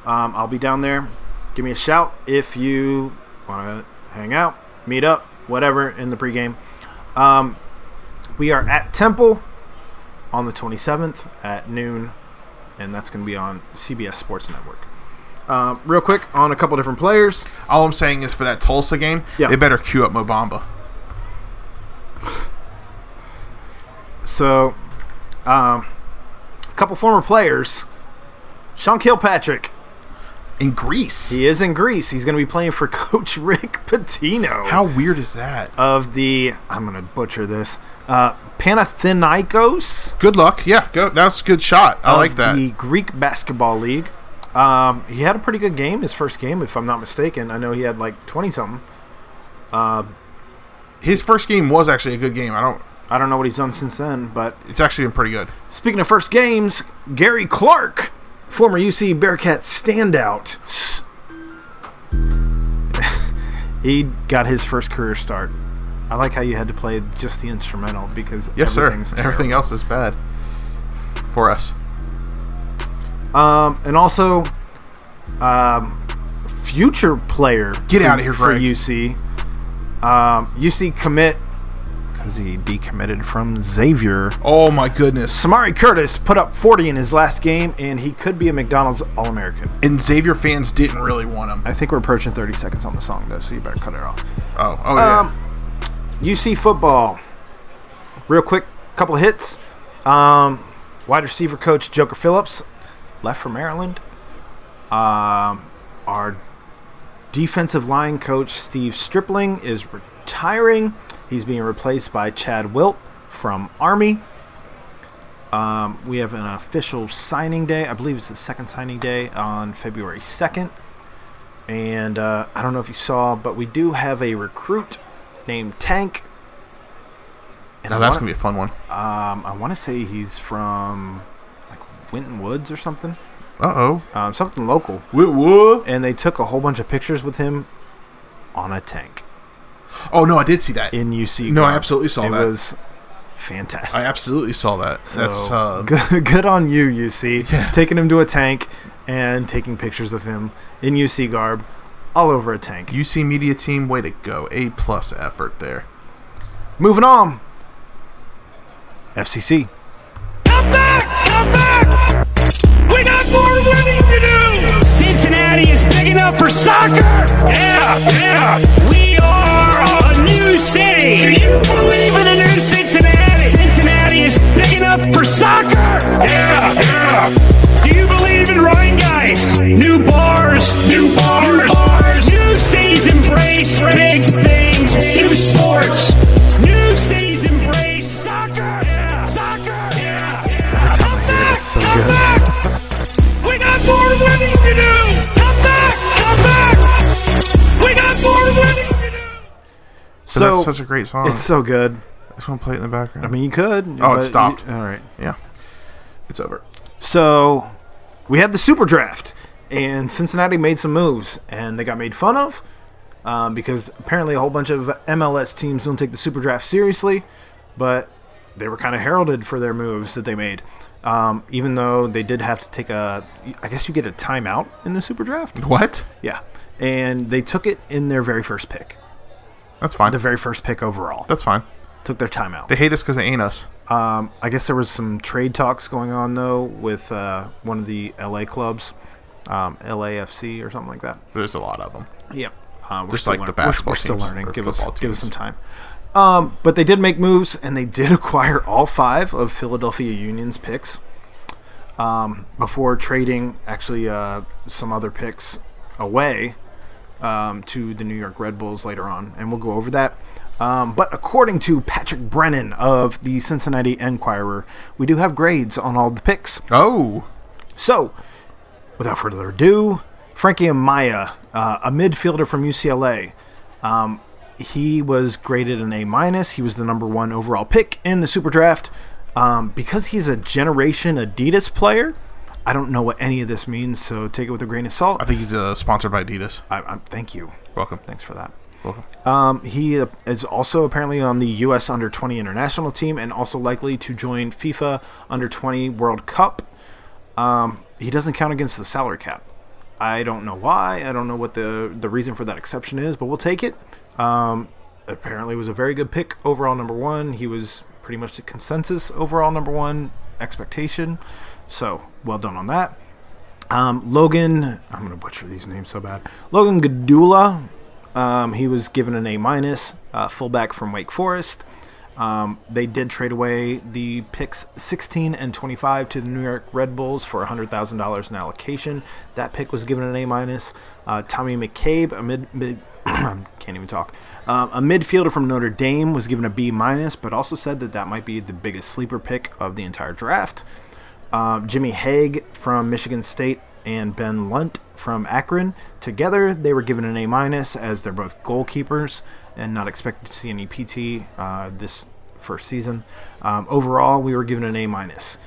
Um, I'll be down there. Give me a shout if you want to hang out, meet up, whatever in the pregame. Um, we are at Temple on the 27th at noon, and that's going to be on CBS Sports Network. Um, real quick on a couple different players. All I'm saying is for that Tulsa game, Yeah. they better queue up Mobamba. So, um, a couple former players. Sean Kilpatrick In Greece. He is in Greece. He's going to be playing for Coach Rick Pitino How weird is that? of the. I'm going to butcher this. Uh, Panathinaikos. Good luck. Yeah, go. That's a good shot. I of like that. The Greek basketball league. Um, he had a pretty good game, his first game, if I'm not mistaken. I know he had like 20 something. His first game was actually a good game. I don't. I don't know what he's done since then, but It's actually been pretty good. Speaking of first games, Gary Clark, former UC Bearcat standout, s- he got his first career start. I like how you had to play just the instrumental because Yes, sir. everything's terrible. Everything else is bad for us. Um, and also, um, future player. Get for- outta here, for Greg. UC. Um, UC commit because he decommitted from Xavier. Oh my goodness. Samari Curtis put up 40 in his last game, and he could be a McDonald's All-American. And Xavier fans didn't really want him. I think we're approaching 30 seconds on the song, though, so you better cut it off. Oh, Um, oh yeah. Um, wide receiver coach Joker Phillips left for Maryland. Um, our defensive line coach Steve Stripling is retiring. He's being replaced by Chad Wilt from Army. Um, we have an official signing day. I believe it's the second signing day on February 2nd. And uh, I don't know if you saw, but we do have a recruit named Tank. And Now I that's wanna- gonna be a fun one. um, I want to say he's from like Winton Woods or something, Uh um, something local. oh. And they took a whole bunch of pictures with him on a tank Oh no, I did see that. in UC. No, I Guam. absolutely saw it that. It was fantastic. I absolutely saw that. So, that's uh, good, good on you, UC. Taking him to a tank and taking pictures of him in UC garb all over a tank. UC media team. Way to go. A plus effort there. Moving on. FCC. Come back! Come back! We got more winning to do! Cincinnati is big enough for soccer! Yeah, yeah! We are a new city! Do you believe in a new Cincinnati? Cincinnati is big enough for soccer! Yeah, yeah! Do you believe in Ryan Guys? New bars! New bars! New bars! New cities embrace big things! New sports! New cities embrace soccer! Yeah, soccer! Yeah, yeah! Every time I hear it, it's so good. We got more winning to do. Come back, come back. We got more winning to do. So, So, that's such a great song. It's so good. I just want to play it in the background. I mean, you could. Oh, it but you- stopped. all right. yeah, it's over. So we had the super draft, and Cincinnati made some moves, and they got made fun of um, because apparently a whole bunch of MLS teams don't take the super draft seriously, but they were kind of heralded for their moves that they made. Um, even though they did have to take a, I guess you get a timeout in the super draft. What? Yeah, and they took it in their very first pick, That's fine. the very first pick overall. that's fine. took their timeout. They hate us because they ain't us. Um, I guess there was some trade talks going on though with uh, one of the LA clubs, um, LAFC or something like that. There's a lot of them. Yep. Uh, we're Just still like the learning- we're- basketball We're still teams learning. or Give us football give us some teams. time. Um, but they did make moves, and they did acquire all five of Philadelphia Union's picks um, before trading actually uh, some other picks away um, to the New York Red Bulls later on, and we'll go over that. Um, but according to Patrick Brennan of the Cincinnati Enquirer, we do have grades on all the picks. Oh, So, without further ado, Frankie Amaya, uh, a midfielder from UCLA, um, he was graded an A minus. He was the number one overall pick in the Super Draft. Um, because he's a Generation Adidas player, I don't know what any of this means, so take it with a grain of salt. I think he's uh, sponsored by Adidas. I, I, thank you. Welcome. Thanks for that. Welcome. Um, he uh, is also apparently on the U.S. Under 20 international team and also likely to join FIFA Under 20 World Cup. Um, he doesn't count against the salary cap. I don't know why. I don't know what the, the reason for that exception is, but we'll take it. Um, apparently, was a very good pick overall number one. He was pretty much the consensus overall number one expectation. So well done on that. Um, Logan, I'm gonna butcher these names so bad. Logan Gadula, um, he was given an A minus, uh, fullback from Wake Forest. Um, they did trade away the picks 16 and 25 to the New York Red Bulls for $100,000 in allocation. That pick was given an A minus. Uh, Tommy McCabe, a mid, mid can't even talk, um, a midfielder from Notre Dame was given a B minus, but also said that that might be the biggest sleeper pick of the entire draft. Um, Jimmy Haig from Michigan State and Ben Lunt from Akron. Together, they were given an A minus as they're both goalkeepers and not expected to see any PT uh, this first season. Um, overall, we were given an A minus.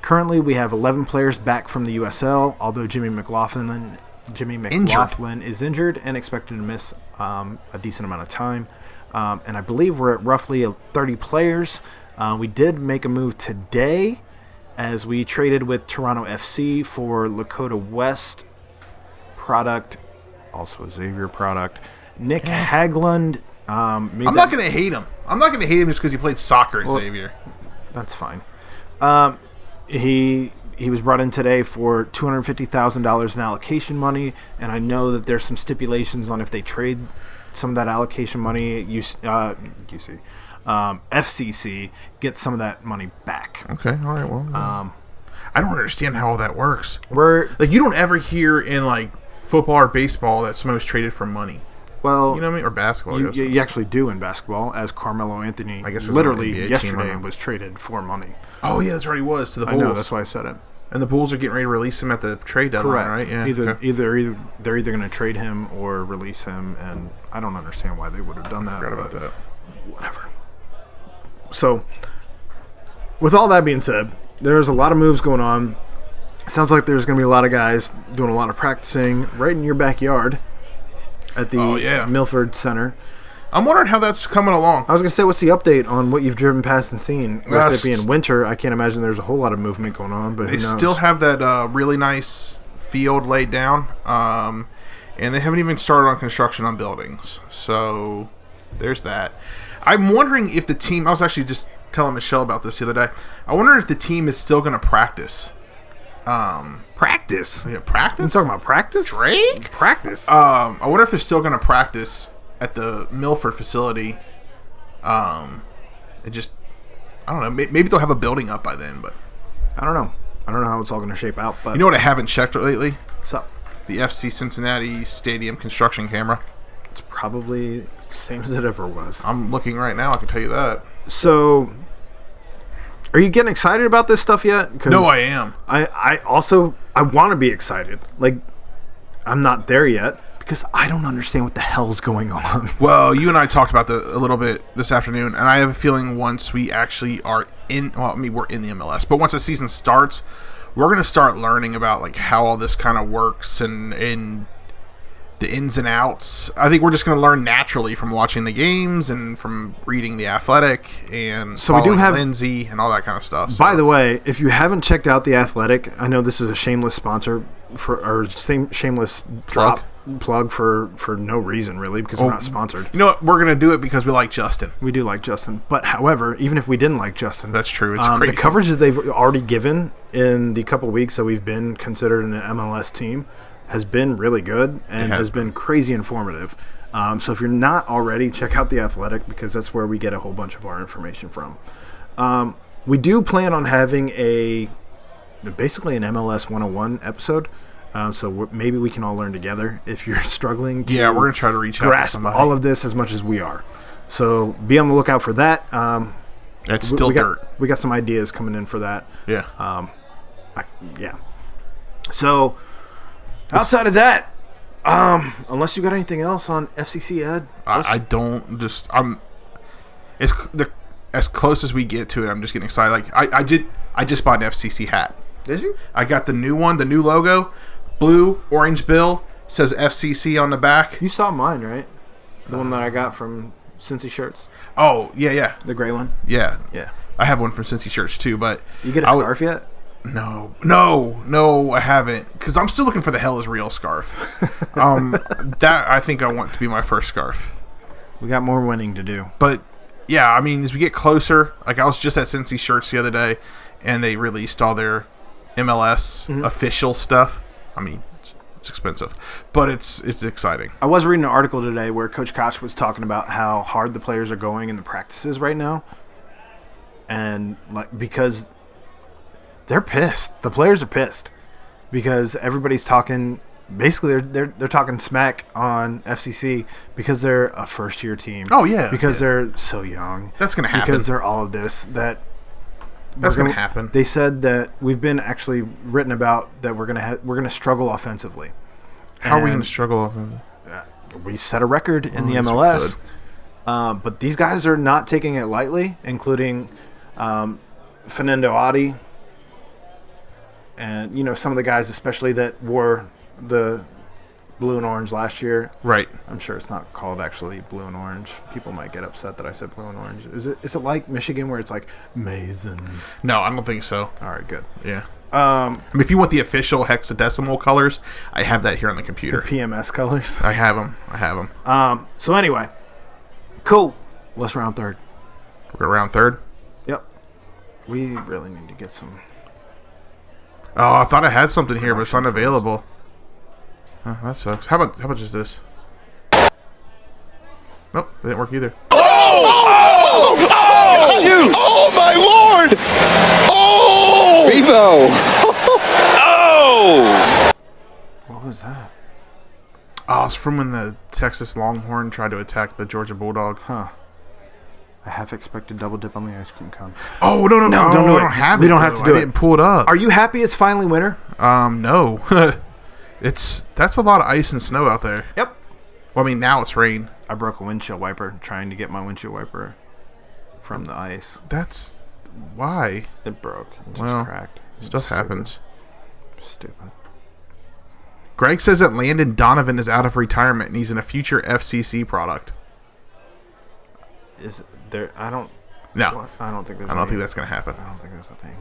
Currently, we have 11 players back from the USL, although Jimmy McLaughlin Jimmy McLaughlin is injured and expected to miss um, a decent amount of time. Um, and I believe we're at roughly 30 players. Uh, we did make a move today as we traded with Toronto FC for Lakota West product, also a Xavier product, Nick Haglund. Um, maybe I'm not gonna hate him. I'm not gonna hate him just because he played soccer at Xavier. that's fine. Um, he he was brought in today for two hundred fifty thousand dollars in allocation money, and I know that there's some stipulations on if they trade some of that allocation money, you uh, UC, um, FCC gets some of that money back. Okay, all right, well. Um, I don't understand how all that works. we're Like you don't ever hear in like football or baseball that someone's traded for money. well, You know what I mean? Or basketball. I you, guess. you, you actually do in basketball, as Carmelo Anthony I guess it's literally on the NBA team, I yesterday don't know. was traded for money. oh yeah, that's right. He was to the I Bulls. know that's why I said it. And the Bulls are getting ready to release him at the trade deadline, Correct. right? Yeah. Either, okay. either either they're either going to trade him or release him, and I don't understand why they would have done that. Forgot about but that. Whatever. So, with all that being said, there's a lot of moves going on. Sounds like there's going to be a lot of guys doing a lot of practicing right in your backyard at the Oh, yeah. Milford Center. I'm wondering how that's coming along. I was going to say, what's the update on what you've driven past and seen? With Well, it being s- winter, I can't imagine there's a whole lot of movement going on, but They who knows? still have that uh, really nice field laid down, um, and they haven't even started on construction on buildings. So there's that. I'm wondering if the team. I was actually just telling Michelle about this the other day. I wonder if the team is still going to practice. Um, practice. yeah, You practice. talking about practice? Drake? Practice. Um, I wonder if they're still going to practice at the Milford facility. Um, it just, I don't know. may- Maybe they'll have a building up by then. But I don't know. I don't know how it's all going to shape out, but you know what? I haven't checked lately. what's up? The FC Cincinnati Stadium construction camera. It's probably the same as it ever was. I'm looking right now. I can tell you that. So, are you getting excited about this stuff yet? 'Cause No, I am. I, I also I want to be excited. Like, I'm not there yet because I don't understand what the hell's going on. Well, you and I talked about that a little bit this afternoon, and I have a feeling once we actually are in, well, I mean, we're in the MLS, but once the season starts, we're going to start learning about like how all this kind of works and and the ins and outs. I think we're just going to learn naturally from watching the games and from reading the Athletic and So we do following have- Lindsay and all that kind of stuff. So- By the way, if you haven't checked out the Athletic, I know this is a shameless sponsor for or same shameless Plug. drop plug for for no reason really because we're not Oh, sponsored. you know what? We're going to do it because we like Justin. We do like Justin, but however, even if we didn't like Justin, That's true. It's um, crazy. the coverage that they've already given in the couple weeks that we've been considered an MLS team has been really good and has has been crazy informative. Um, so if you're not already, check out the Athletic because that's where we get a whole bunch of our information from. Um, we do plan on having a basically an MLS 101 episode. Um, so w- maybe we can all learn together if you're struggling. To Yeah, we're going to try to reach out to grasp somebody. all of this as much as we are. So be on the lookout for that. Um, That's we- still we dirt. Got, we got some ideas coming in for that. yeah. Yeah. So outside of that, um, unless you got anything else on FCC Ed, let's- I, I don't just I'm as c- the as close as we get to it. I'm just getting excited. Like I, I did I just bought an FCC hat. did you? I got the new one, the new logo, blue orange bill says FCC on the back. You saw mine, right? The one that I got from Cincy Shirts, Oh yeah yeah the gray one. yeah Yeah. I have one from Cincy shirts too, but You get a I would- scarf yet? No, no, no, I haven't. Because I'm still looking for the hell is real scarf. um, that I think I want to be my first scarf. We got more winning to do. but yeah, I mean, as we get closer, like I was just at Cincy Shirts the other day, and they released all their MLS Mm-hmm. official stuff. I mean, it's, it's expensive, but it's it's exciting. I was reading an article today where Coach Koch was talking about how hard the players are going in the practices right now, and like because they're pissed. The players are pissed because everybody's talking. Basically, they're they're they're talking smack on FCC because they're a first year team. Oh, yeah, because yeah. they're so young. That's gonna happen. Because they're all of this that That's we're gonna gonna- happen. They said that we've been actually written about that we're gonna ha- we're gonna struggle offensively. How are we and- gonna struggle? off of- we set a record in the yes, we MLS. Um, but these guys are not taking it lightly, including um, Fernando Adi and you know some of the guys, especially that wore the blue and orange last year. Right. I'm sure it's not called actually blue and orange. People might get upset that I said blue and orange. Is it? Is it like Michigan where it's like Mason? No, I don't think so. All right, good. Yeah. Um, I mean, if you want the official hexadecimal colors, I have that here on the computer. PMS colors. I have them. I have them. Um, so anyway, cool. Let's round third. We're around third. Yep. We really need to get some. Oh, I thought I had something here, but it's unavailable. Oh, that sucks. How about how much is this? Nope, that didn't work either. Oh! Oh! Oh! Oh my lord! Oh! Revo. oh! What was that? Oh, it's from when the Texas Longhorn tried to attack the Georgia Bulldog. Huh. I half expected double dip on the ice cream cone. Oh no no no! don't do we it. don't have We it. don't have though. to do I it. didn't pull it up. Are you happy it's finally winter? Um, no. it's that's a lot of ice and snow out there. Yep. Well, I mean now it's rain. I broke a windshield wiper trying to get my windshield wiper from the ice. That's why It broke. It just Well, cracked. It's stuff stupid- happens. Stupid. Greg says that Landon Donovan is out of retirement and he's in a future FCC product. Is there? I don't. No, what- I don't think there's. Ah. I don't any- think that's gonna happen. I don't think that's a thing.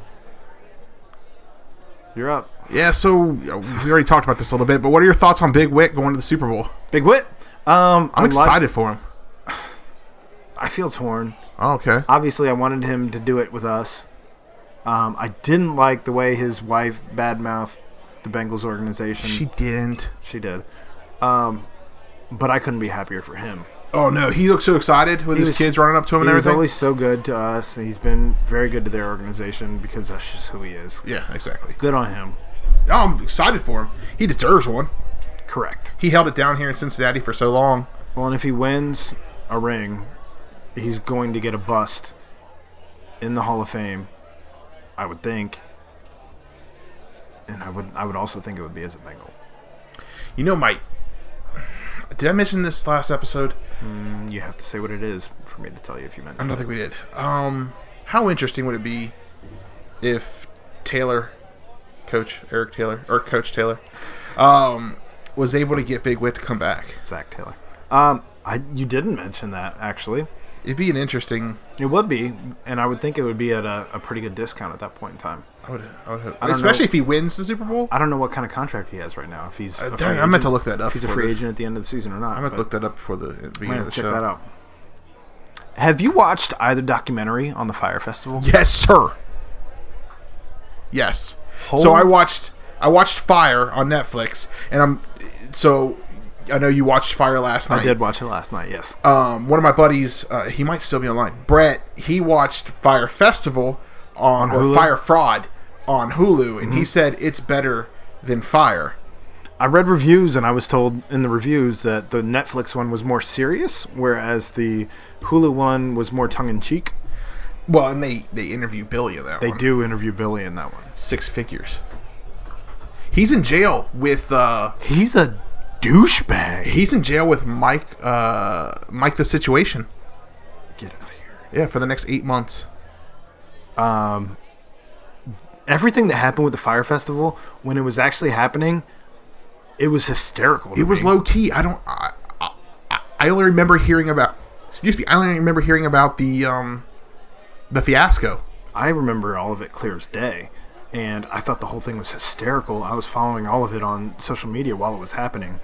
You're up. Yeah, so uh, we already talked about this a little bit, but what are your thoughts on Big Wick going to the Super Bowl? Big Wit. Um, I'm I like- excited for him. I feel torn. Oh, okay. Obviously, I wanted him to do it with us. Um, I didn't like the way his wife badmouthed the Bengals organization. She didn't. She did. Um, but I couldn't be happier for him. Oh no, he looked so excited with He his was- kids running up to him and He was everything. always so good to us. and He's been very good to their organization because that's just who he is. yeah, exactly. Good on him. Oh, I'm excited for him. He deserves one. Correct. He held it down here in Cincinnati for so long. Well, and if he wins a ring, he's going to get a bust in the Hall of Fame, I would think. And I would, I would also think it would be as a Bengal. You know, Mike. Did I mention this last episode? You have to say what it is for me to tell you if you meant. I don't think we did. Um, how interesting would it be if Taylor, Coach Eric Taylor or Coach Taylor, um, was able to get Big Wit to come back? Zach Taylor. Um, I you didn't mention that actually. It'd be an interesting. It would be, and I would think it would be at a, a pretty good discount at that point in time. I would, I would hope, don't know. especially if he wins the Super Bowl. I don't know what kind of contract he has right now. If he's, Uh, a dang, free I meant agent- to look that up If he's a for free the- agent at the end of the season or not. I'm gonna but look that up before the beginning I'm of the gonna check show. that out. Have you watched either documentary on the Fire Festival? Yes, sir. Yes. So Holy- I watched I watched Fire on Netflix, and I'm so I know you watched Fire last night. I did watch it last night. Yes. um, one of my buddies, uh, he might still be online. Brett, he watched Fire Festival on or Hulu? Mm-hmm. Fire Fraud on Hulu, and he said it's better than Fire. I read reviews, and I was told in the reviews that the Netflix one was more serious, whereas the Hulu one was more tongue in cheek. Well, and they they interview Billy in that They one. do interview Billy in that one. six figures. He's in jail with uh, He's a douchebag. he's in jail with Mike uh, Mike the Situation. Get out of here. Yeah, for the next eight months. Everything that happened with the Fire Festival, when it was actually happening, it was hysterical. to It was me. low key. I don't. I, I, I- I only remember hearing about. Excuse me. I only remember hearing about the um, the fiasco. I remember all of it clear as day. And I thought the whole thing was hysterical. I was following all of it on social media while it was happening.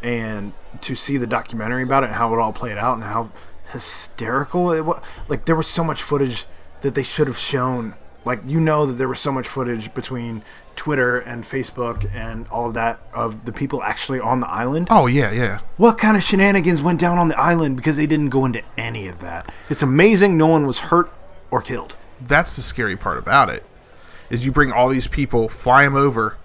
And to see the documentary about it and how it all played out and how hysterical it was. Like, there was so much footage that they should have shown. Like, you know that there was so much footage between Twitter and Facebook and all of that of the people actually on the island. Oh yeah, yeah. What kind of shenanigans went down on the island because they didn't go into any of that? It's amazing no one was hurt or killed. That's the scary part about it, is you bring all these people, fly them over.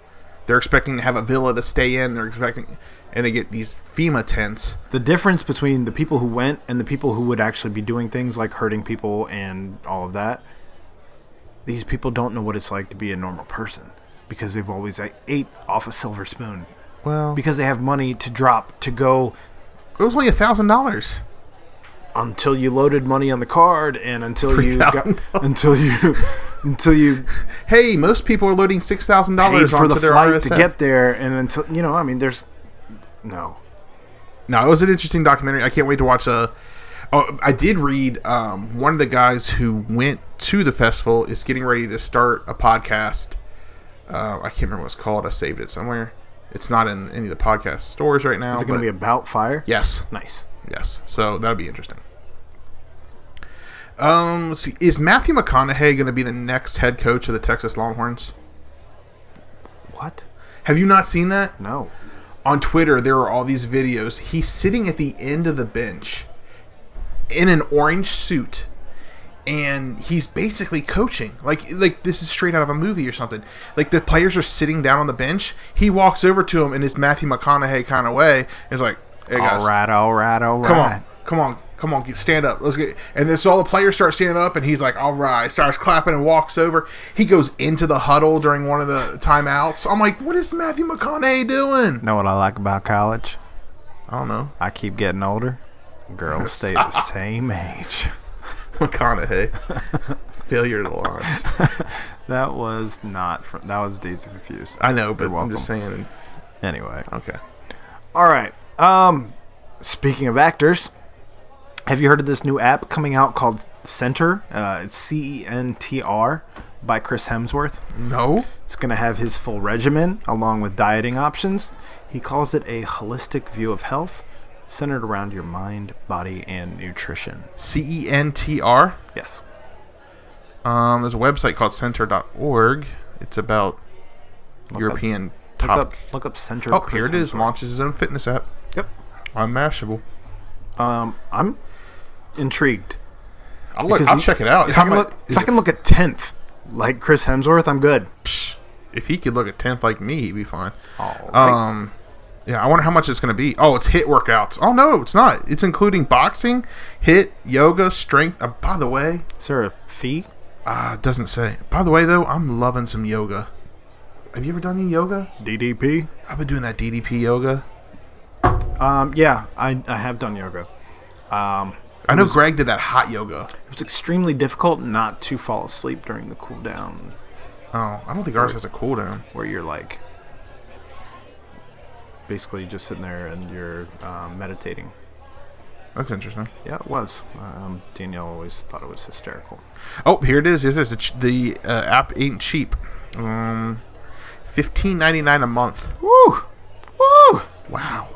They're expecting to have a villa to stay in. They're expecting, and they get these FEMA tents. the difference between the people who went and the people who would actually be doing things like hurting people and all of that these people don't know what it's like to be a normal person because they've always like, ate off a silver spoon Well, because because they have money to drop to go it was only a thousand dollars. until you loaded money on the card and until you got $3,000. until you until you Hey, most people are loading six thousand paid dollars for onto the their flight to RSM. get there and until you know I mean there's no No, it was an interesting documentary. I can't wait to watch. Uh, oh, I did read um, one of the guys who went to the festival is getting ready to start a podcast. Uh, I can't remember what it's called. I saved it somewhere. It's not in any of the podcast stores right now. is it going but- to be about fire yes, nice yes. So that'll be interesting. Um, let's see. is Matthew McConaughey going to be the next head coach of the Texas Longhorns? What? Have you not seen that? No. On Twitter, there are all these videos. He's sitting at the end of the bench in an orange suit, and he's basically coaching. Like, like this is straight out of a movie or something. Like the players are sitting down on the bench. He walks over to him in his Matthew McConaughey kind of way. And is like, "Hey guys, All right, all right, all right. come on, come on, come on, get, stand up. Let's get. And this all the players start standing up, and he's like, "All right," starts clapping and walks over. He goes into the huddle during one of the timeouts. I'm like, "What is Matthew McConaughey doing?" Know what I like about college? I don't know. I keep getting older. Girls stay the same age. McConaughey, failure to launch. That was not from. That was Daisy Confused. I know, but You're I'm just saying. Anyway, Okay. all right. Um, speaking of actors, have you heard of this new app coming out called Center? Uh, it's C E N T R by Chris Hemsworth. No. It's going to have his full regimen along with dieting options. He calls it a holistic view of health centered around your mind, body, and nutrition. C E N T R. Yes. Um, there's a website called center.org. It's about European Look top. up, look up Center. Oh, Chris here it is. Hemsworth. Launches his own fitness app Yep. on Mashable. Um, I'm intrigued. I'll, look, Because I'll you- check it out. If How I can mu- look, is if I it- can look at tenth like Chris Hemsworth, I'm good. if he could look at tenth like me, he'd be fine. All right. Um, yeah, I wonder how much it's going to be. Oh, it's hit workouts. Oh no, it's not. It's including boxing, hit, yoga, strength. Uh, by the way, Is there a fee? uh, it doesn't say. By the way, though, I'm loving some yoga. Have you ever done any yoga? DDP. I've been doing that DDP yoga. Um, yeah, I I have done yoga. Um, I know Greg did that hot yoga. it was extremely difficult not to fall asleep during the cool down, Oh, I don't think ours has a cool down. where you're like basically just sitting there and you're um, meditating. That's interesting. Yeah, it was. Um, Danielle always thought it was hysterical. Oh, here it is. Is this it's the uh, app ain't cheap? Um, fifteen ninety nine a month. Woo, woo! Wow.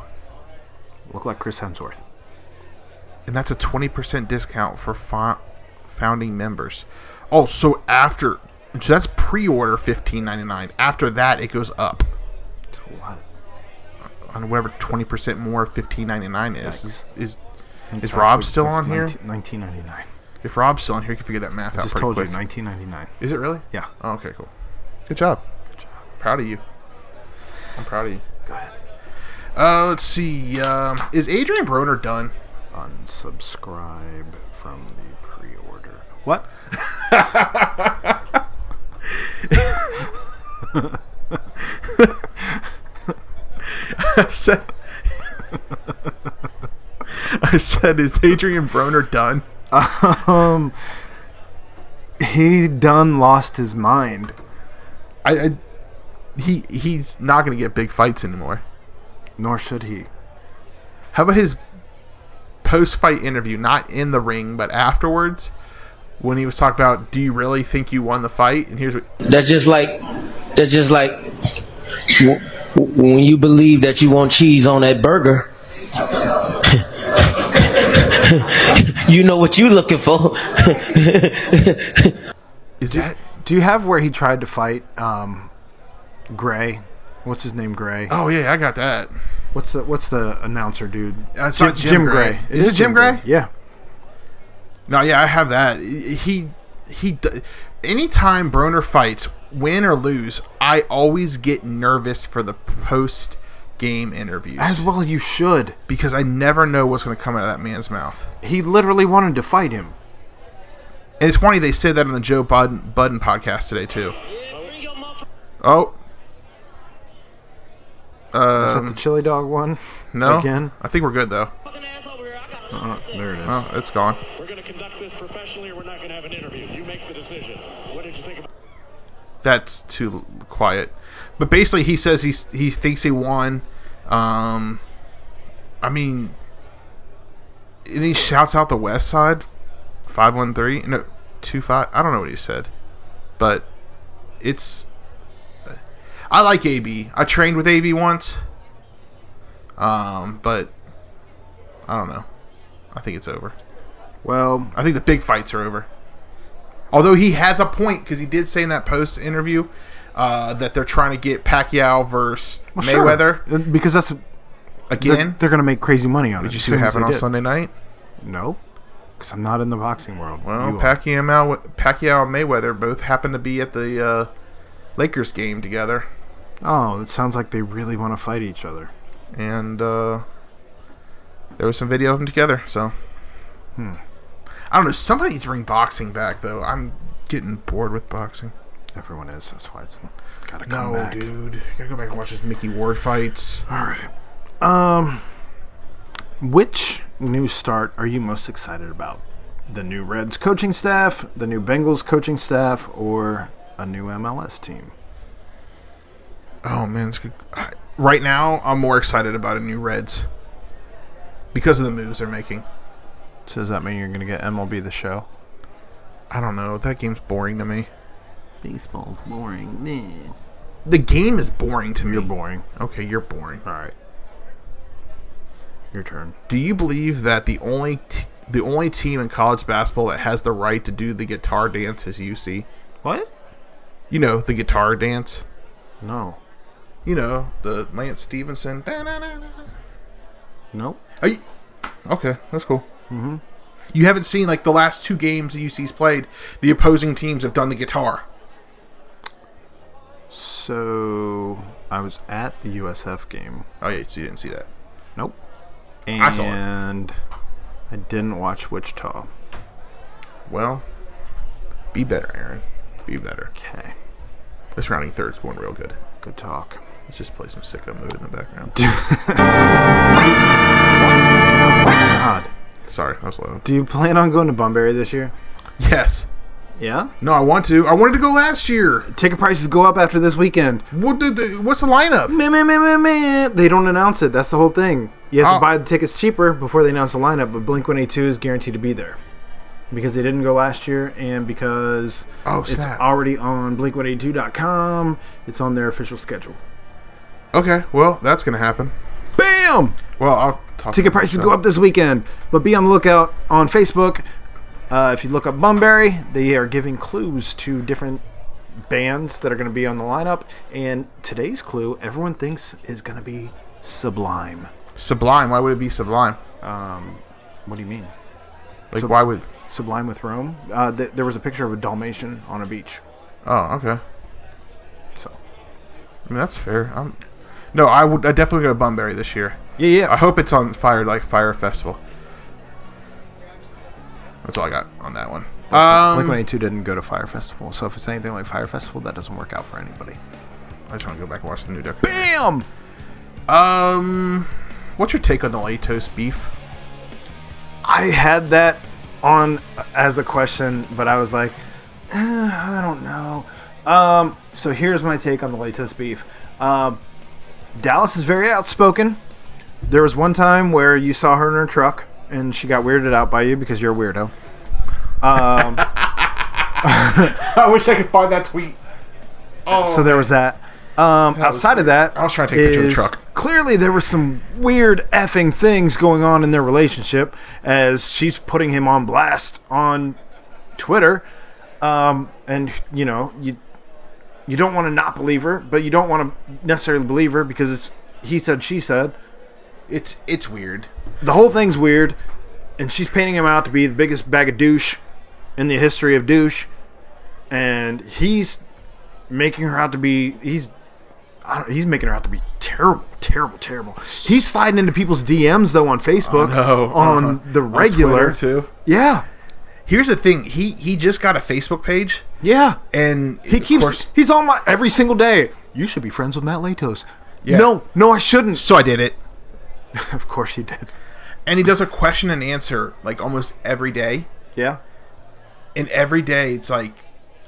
Look like Chris Hemsworth. and that's a 20% discount for fo- founding members. Oh, so after so that's pre-order 15.99. After that it goes up What? on whatever 20% more 15.99 is. Is, is It's Rob actually- still it's on here? 19- 1999. if Rob's still on here, you can figure that math out Just pretty told quick. you, 1999. is it really? Yeah. Oh, okay, cool. Good job. Proud of you. I'm proud of you. Go ahead. Uh, let's see. Um, is Adrian Broner done? Unsubscribe from the pre-order. What? said, I said, is Adrian Broner done? Um, he done lost his mind. I, I he he's not gonna get big fights anymore. Nor should he. How about his post-fight interview, not in the ring, but afterwards, when he was talking about, "Do you really think you won the fight?" And here's what That's just like that's just like w- w- when you believe that you want cheese on that burger. you know what you're looking for. is that? Do you have where he tried to fight um, Gray? What's his name? Gray. Oh yeah, I got that. What's the What's the announcer dude? Uh, it's not Jim Gray. Is it Jim Gray? Yeah. No, yeah, I have that. He he. d- Anytime Broner fights, win or lose, I always get nervous for the post-game interviews As well, you should. because I never know what's going to come out of that man's mouth. He literally wanted to fight him. And it's funny they said that on the Joe Budden, Budden podcast today too. Oh, Is that the chili dog one? No, Again? I think we're good though. There it is. Oh, it's gone. We're going to conduct this professionally, or we're not going to have an interview. You make the decision. What did you think about? That's too l- quiet. But basically, he says he he thinks he won. Um, I mean, and he shouts out the West Side, five one three no two five. I don't know what he said, but it's. I like AB. I trained with AB once. Um, but I don't know. I think it's over. Well, I think the big fights are over. Although he has a point because he did say in that post interview, uh, that they're trying to get Pacquiao versus Well, sure. Uh, Mayweather. because that's Again? They're, they're gonna make crazy money on it. Did you as see what soon as happened they on did. Sunday night? No, because I'm not in the boxing world. Well, You are. Pacquiao, Pacquiao and Mayweather both happened to be at the uh, Lakers game together, Oh, it sounds like they really want to fight each other. and uh, there was some video of them together. So, Hmm. I don't know. Somebody needs to bring boxing back, though. I'm getting bored with boxing. Everyone is. That's why it's gotta come No, back. dude, gotta go back and watch those Mickey Ward fights. All right. Um, which new start are you most excited about? The new Reds coaching staff, the new Bengals coaching staff, or a new MLS team? Oh man, it's good. I, right now I'm more excited about a new Reds because of the moves they're making. So does that mean you're gonna get MLB the Show? I don't know. That game's boring to me. Baseball's boring, man. The game is boring to me. You're boring. Okay, you're boring. All right. Your turn. Do you believe that the only t- the only team in college basketball that has the right to do the guitar dance is UC? What? You know the guitar dance. No. You know the Lance Stevenson. Da-na-na-na. Nope. Are you- okay, that's cool. Mm-hmm. You haven't seen like the last two games that UC's played. The opposing teams have done the guitar. So I was at the USF game. Oh yeah, so you didn't see that. Nope. And I saw it. I didn't watch Wichita. Well, be better, Aaron. Be better. Okay. This rounding third's going real good. Good talk. Let's just play some sicko mode in the background. God. Sorry, that was low. Do you plan on going to Bunbury this year? Yes. Yeah. No, I want to. I wanted to go last year. Ticket prices go up after this weekend. What did the, what's the lineup? Meh, meh, meh, meh, meh. They don't announce it. That's the whole thing. You have Oh. to buy the tickets cheaper before they announce the lineup, but Blink 182 is guaranteed to be there. Because they didn't go last year, and because Oh, it's snap. already on blink182.com, it's on their official schedule. Okay, well, that's gonna happen. Bam! Well, I'll talk Ticket about prices that. go up this weekend, but be on the lookout on Facebook. Uh, if you look up Bunbury, they are giving clues to different bands that are going to be on the lineup. And today's clue, everyone thinks is going to be Sublime. Sublime. Why would it be Sublime? What do you mean? Like, why would? Sublime with Rome? Uh, th- there was a picture of a Dalmatian on a beach. Oh, okay. So I mean, that's fair. I'm. No, I would. I definitely go to Bunbury this year. yeah, yeah. I hope it's on fire like Fire Festival. That's all I got on that one. Blink Um, One Eight Two didn't go to Fire Festival, so if it's anything like Fire Festival, that doesn't work out for anybody. I just want to go back and watch the new documentary. Bam! Um, what's your take on the Latos beef? I had that on uh, as a question, but I was like, eh, I don't know. Um, so here's my take on the latest beef. Um, Dallas is very outspoken. There was one time where you saw her in her truck, and she got weirded out by you because you're a weirdo. Um, I wish I could find that tweet. Oh, so there was that. Um, outside of that, I was trying to take a picture of the is- truck. Clearly, there were some weird effing things going on in their relationship as she's putting him on blast on Twitter. Um, and you know, you you don't want to not believe her, but you don't want to necessarily believe her because it's he said, she said. it's it's weird. The whole thing's weird, and she's painting him out to be the biggest bag of douche in the history of douche, and he's making her out to be he's I don't, he's making her out to be terrible, terrible, terrible. He's sliding into people's DMs though on Facebook, on the regular. too. yeah, Here's the thing. He he just got a Facebook page, yeah. and he of keeps course- he's on my every single day. You should be friends with Matt Latos. Yeah. No, no, I shouldn't. so I did it, Of course he did. and he does a question and answer like almost every day. Yeah. And every day, it's like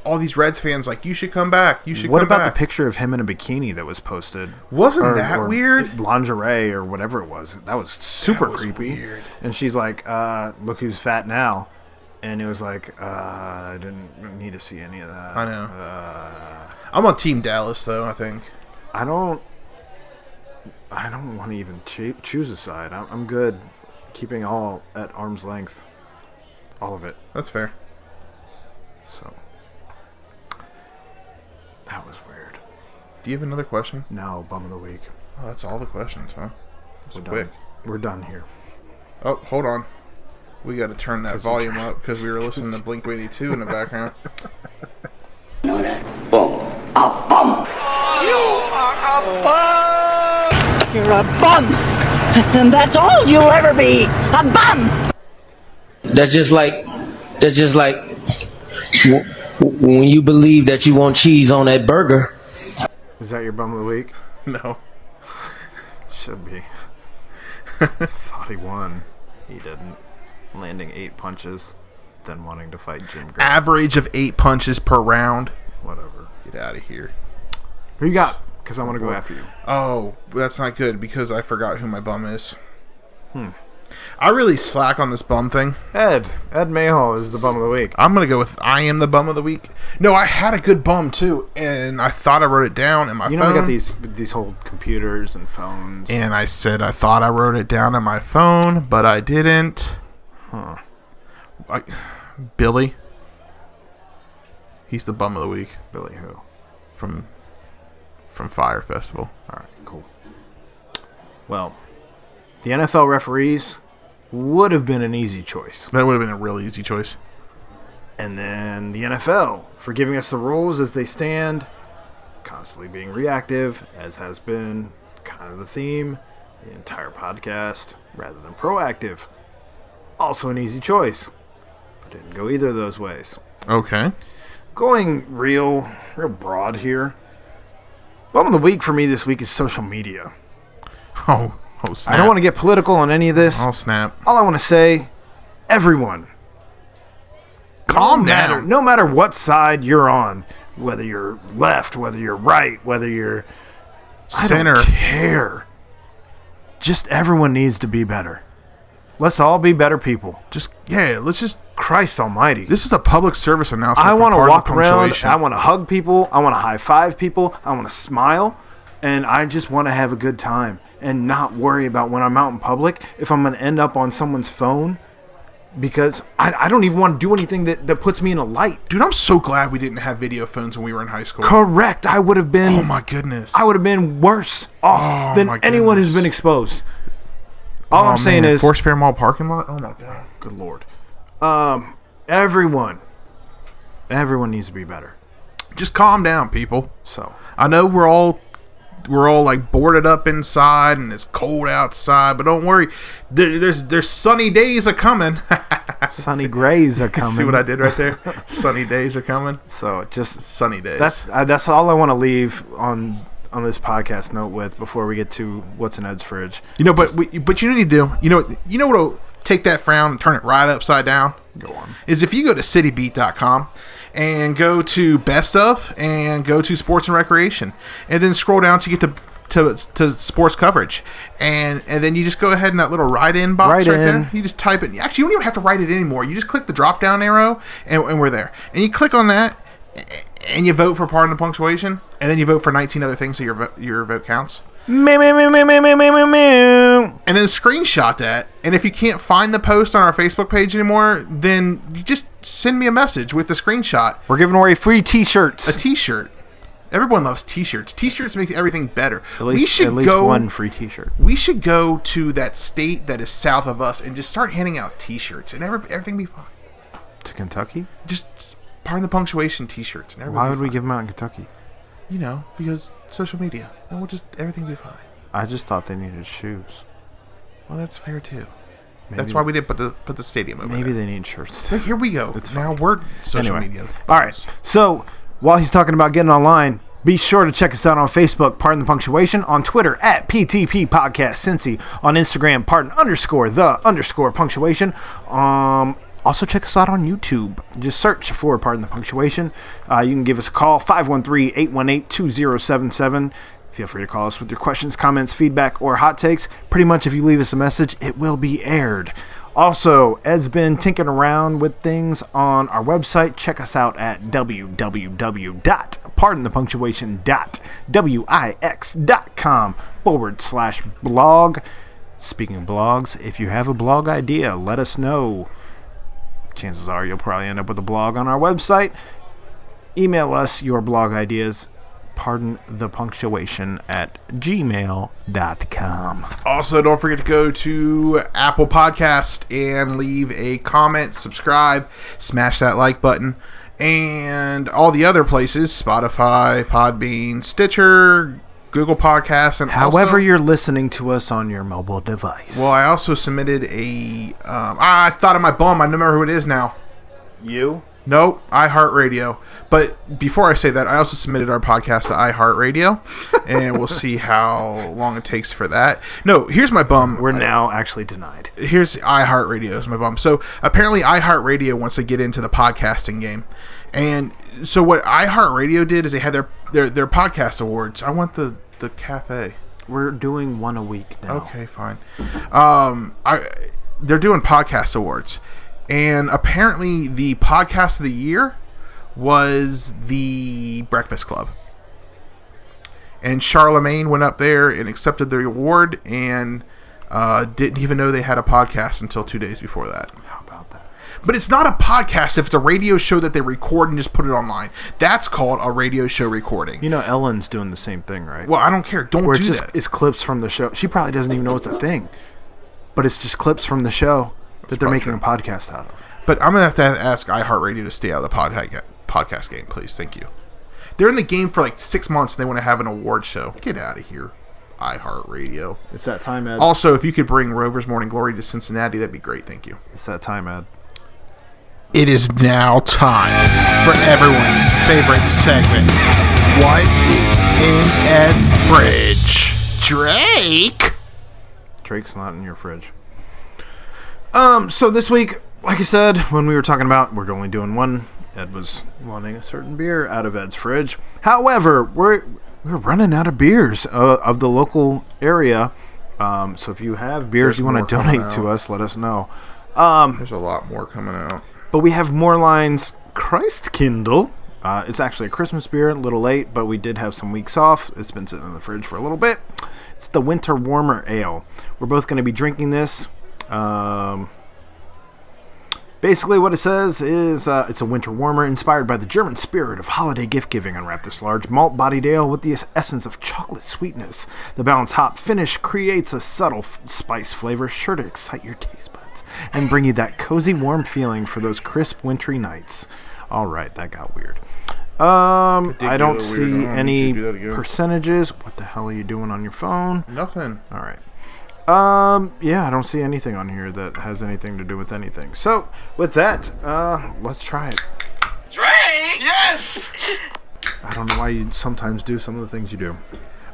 all these Reds fans like, "You should come back. You should." What come about back. the picture of him in a bikini that was posted? Wasn't that weird? Lingerie or whatever it was. That was super was creepy. weird. And she's like, uh, "Look who's fat now," and it was like, uh, "I didn't need to see any of that." Uh, I know. I'm on Team Dallas, though. I think. I don't. I don't want to even choo- choose a side. I'm, I'm good keeping all at arm's length, all of it. That's fair. So That was weird. Do you have another question? No, bum of the week. Oh, that's all the questions, huh? It's We're quick. done. We're done here. Oh, hold on. We got to turn that volume up because we were listening to Blink 182 in the background. You're a bum. And that's all you'll ever be. A bum. That's just like that's just like w- w- when you believe that you want cheese on that burger. Is that your bum of the week? No. Should be. Thought he won. He didn't. Landing eight punches, then wanting to fight Jim Gray. Average of eight punches per round. Whatever. Get out of here. Who you got? Because I want to go after you. Oh, that's not good because I forgot who my bum is. Hmm. I really slack on this bum thing. Ed. Ed Mayhall is the bum of the week. I'm gonna go with I am the bum of the week. No, I had a good bum too, and I thought I wrote it down in my You know phone. we got these these whole computers and phones. and I said I thought I wrote it down on my phone, but I didn't. Huh. I, Billy, he's the bum of the week Billy who? from from Fire Festival. All right, cool. Well, the NFL referees would have been an easy choice. That would have been a real easy choice. And then the NFL for giving us the rules as they stand, constantly being reactive, as has been kind of the theme the entire podcast, rather than proactive. Also an easy choice, but didn't go either of those ways. Okay. Going real, real broad here. Bum of the week for me this week is social media. Oh, oh snap! I don't want to get political on any of this. Oh snap! All I want to say, everyone, Calm no matter, down. no matter what side you're on, whether you're left, whether you're right, whether you're I Center. don't care. Just everyone needs to be better. Let's all be better people. Just yeah. Let's just. Christ Almighty. This is a public service announcement. I for want to part of walk the around. punctuation. I want to hug people. I want to high five people. I want to smile. And I just want to have a good time and not worry about when I'm out in public if I'm going to end up on someone's phone because I, I don't even want to do anything that, that puts me in a light. Dude, I'm so glad we didn't have video phones when we were in high school. Correct. I would have been. oh my goodness. I would have been worse off Oh, than my anyone who's goodness. been exposed. All Oh, I'm saying man, is, Forest Fair Mall parking lot. Oh my god. good lord, um, everyone, everyone needs to be better. Just calm down, people. So I know we're all we're all like boarded up inside and it's cold outside, but don't worry. There, there's there's sunny days are coming. sunny grays are coming. See what I did right there? sunny days are coming. So just Sunny days. that's uh, that's all I want to leave on on this podcast note with before we get to what's in Ed's fridge. you know, but we, but you know what you do. You know you know what'll take that frown and turn it right upside down. Go on. is if you go to citybeat.com and go to best of and go to sports and recreation and then scroll down to get to to, to sports coverage and and then you just go ahead in that little write in box Write right in. there you just type it actually you don't even have to write it anymore you just click the drop down arrow and, and we're there and you click on that a- and you vote for pardon the punctuation and then you vote for 19 other things so your vo- your vote counts Meow, meow, meow, meow, meow, meow, meow, meow. and then screenshot that. And if you can't find the post on our Facebook page anymore, then you just send me a message with the screenshot. We're giving away free A T-shirts. T-shirt. Everyone loves T-shirts. T-shirts make everything better. at least, we should at least go. one free T-shirt. We should go to that state that is south of us and just start handing out T-shirts, and every, everything be fine. To Kentucky? Just pardon the punctuation T-shirts, and everything. Why would we give them out in Kentucky? You know, because social media, and we'll just everything be fine. I just thought they needed shoes. Well, that's fair too. Maybe, that's why we didn't put the put the stadium over Maybe they there. need shirts. So here we go. It's now we're social Anyway. media. All right. So while he's talking about getting online, be sure to check us out on Facebook, Pardon the Punctuation, on Twitter at PTP Podcast Cincy, on Instagram, Pardon underscore the underscore punctuation. Um, also check us out on YouTube. Just search for Pardon the Punctuation. Uh, you can give us a call 513-818-2077. Feel free to call us with your questions, comments, feedback, or hot takes. Pretty much, if you leave us a message, it will be aired. Also, Ed's been tinkering around with things on our website. Check us out at www.pardonthepunctuation.wix.com forward slash blog. Speaking of blogs, if you have a blog idea, let us know. Chances are you'll probably end up with a blog on our website. Email us your blog ideas pardon the punctuation at gmail.com. Also, don't forget to go to Apple Podcast and leave a comment, subscribe, smash that like button, and all the other places Spotify, Podbean, Stitcher, Google Podcasts, and also- However, you're listening to us on your mobile device. Well, I also submitted a. Um, ah, I thought of my bum. I don't remember who it is now. You? Nope, iHeartRadio. But before I say that, I also submitted our podcast to iHeartRadio, and we'll see how long it takes for that. No, here's my bum. We're now actually denied. Here's iHeartRadio is my bum. So apparently, iHeartRadio wants to get into the podcasting game, and so what iHeartRadio did is they had their their, their podcast awards. I want the the cafe. We're doing one a week now. Okay, fine. Um, I they're doing podcast awards, and apparently the podcast of the year was the Breakfast Club. And Charlemagne went up there and accepted the award, and uh, didn't even know they had a podcast until two days before that. How about that? But it's not a podcast if it's a radio show that they record and just put it online. That's called a radio show recording. You know, Ellen's doing the same thing, right? Well, I don't care. Don't Where do it's just that. it's clips from the show. She probably doesn't even know it's a thing, but it's just clips from the show that they're making a podcast out of. But I'm gonna have to ask iHeartRadio to stay out of the podcast podcast game, please. Thank you. They're in the game for like six months. and They want to have an award show. Get out of here, iHeartRadio. It's that time, Ed. Also, if you could bring Rover's Morning Glory to Cincinnati, that'd be great. Thank you. It's that time, Ed. It is now time for everyone's favorite segment. What is in Ed's fridge? Drake. Drake's not in your fridge. Um, so this week, like I said, when we were talking about we're only doing one, Ed was wanting a certain beer out of Ed's fridge. However, we're we're running out of beers uh, of the local area. Um, so if you have beers There's you want more to coming donate out. to us, let us know. Um, There's a lot more coming out. but we have more lines. Christ Kindle. Uh, it's actually a Christmas beer, a little late, but we did have some weeks off. It's been sitting in the fridge for a little bit. It's the Winter Warmer Ale. We're both going to be drinking this. Um, basically, what it says is uh, it's a Winter Warmer inspired by the German spirit of holiday gift giving. Unwrap this large malt bodied ale with the es- essence of chocolate sweetness. The balanced hop finish creates a subtle f- spice flavor sure to excite your taste buds and bring you that cozy, warm feeling for those crisp, wintry nights. All right, that got weird. Um, I don't Particularly weird. see Hold on, any you should do that again. percentages. What the hell are you doing on your phone? Nothing. All right. Um, yeah, I don't see anything on here that has anything to do with anything. So, with that, uh, let's try it. Drake! Yes! I don't know why you sometimes do some of the things you do.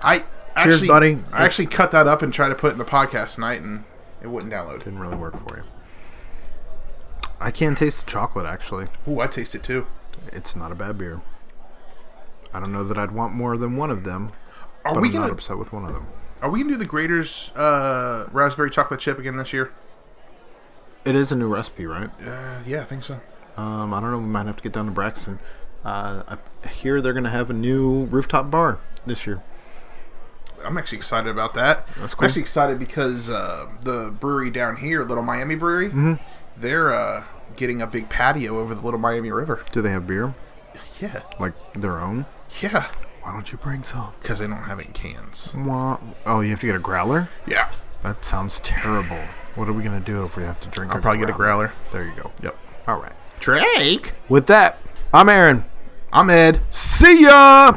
I actually, Cheers, buddy. I actually cut that up and tried to put it in the podcast tonight, and it wouldn't download. Didn't really work for you. I can taste the chocolate, actually. Ooh, I taste it too. It's not a bad beer. I don't know that I'd want more than one of them, Are but we I'm gonna not upset with one of them. Are we gonna do the Grader's uh, raspberry chocolate chip again this year? It is a new recipe, right? Uh, yeah, I think so. Um, I don't know. We might have to get down to Braxton. Uh, I hear they're going to have a new rooftop bar this year. I'm actually excited about that. That's I'm cool. actually excited because uh, the brewery down here, Little Miami Brewery, they're uh, getting a big patio over the Little Miami River. Do they have beer? Yeah, Like their own? yeah, Why don't you bring some? because they don't have any cans. Wah. Oh, you have to get a growler? Yeah, That sounds terrible. What are we going to do if we have to drink I'll probably get a growler. There you go. Yep. All right. Drake, With that, I'm Aaron. I'm Ed. See ya!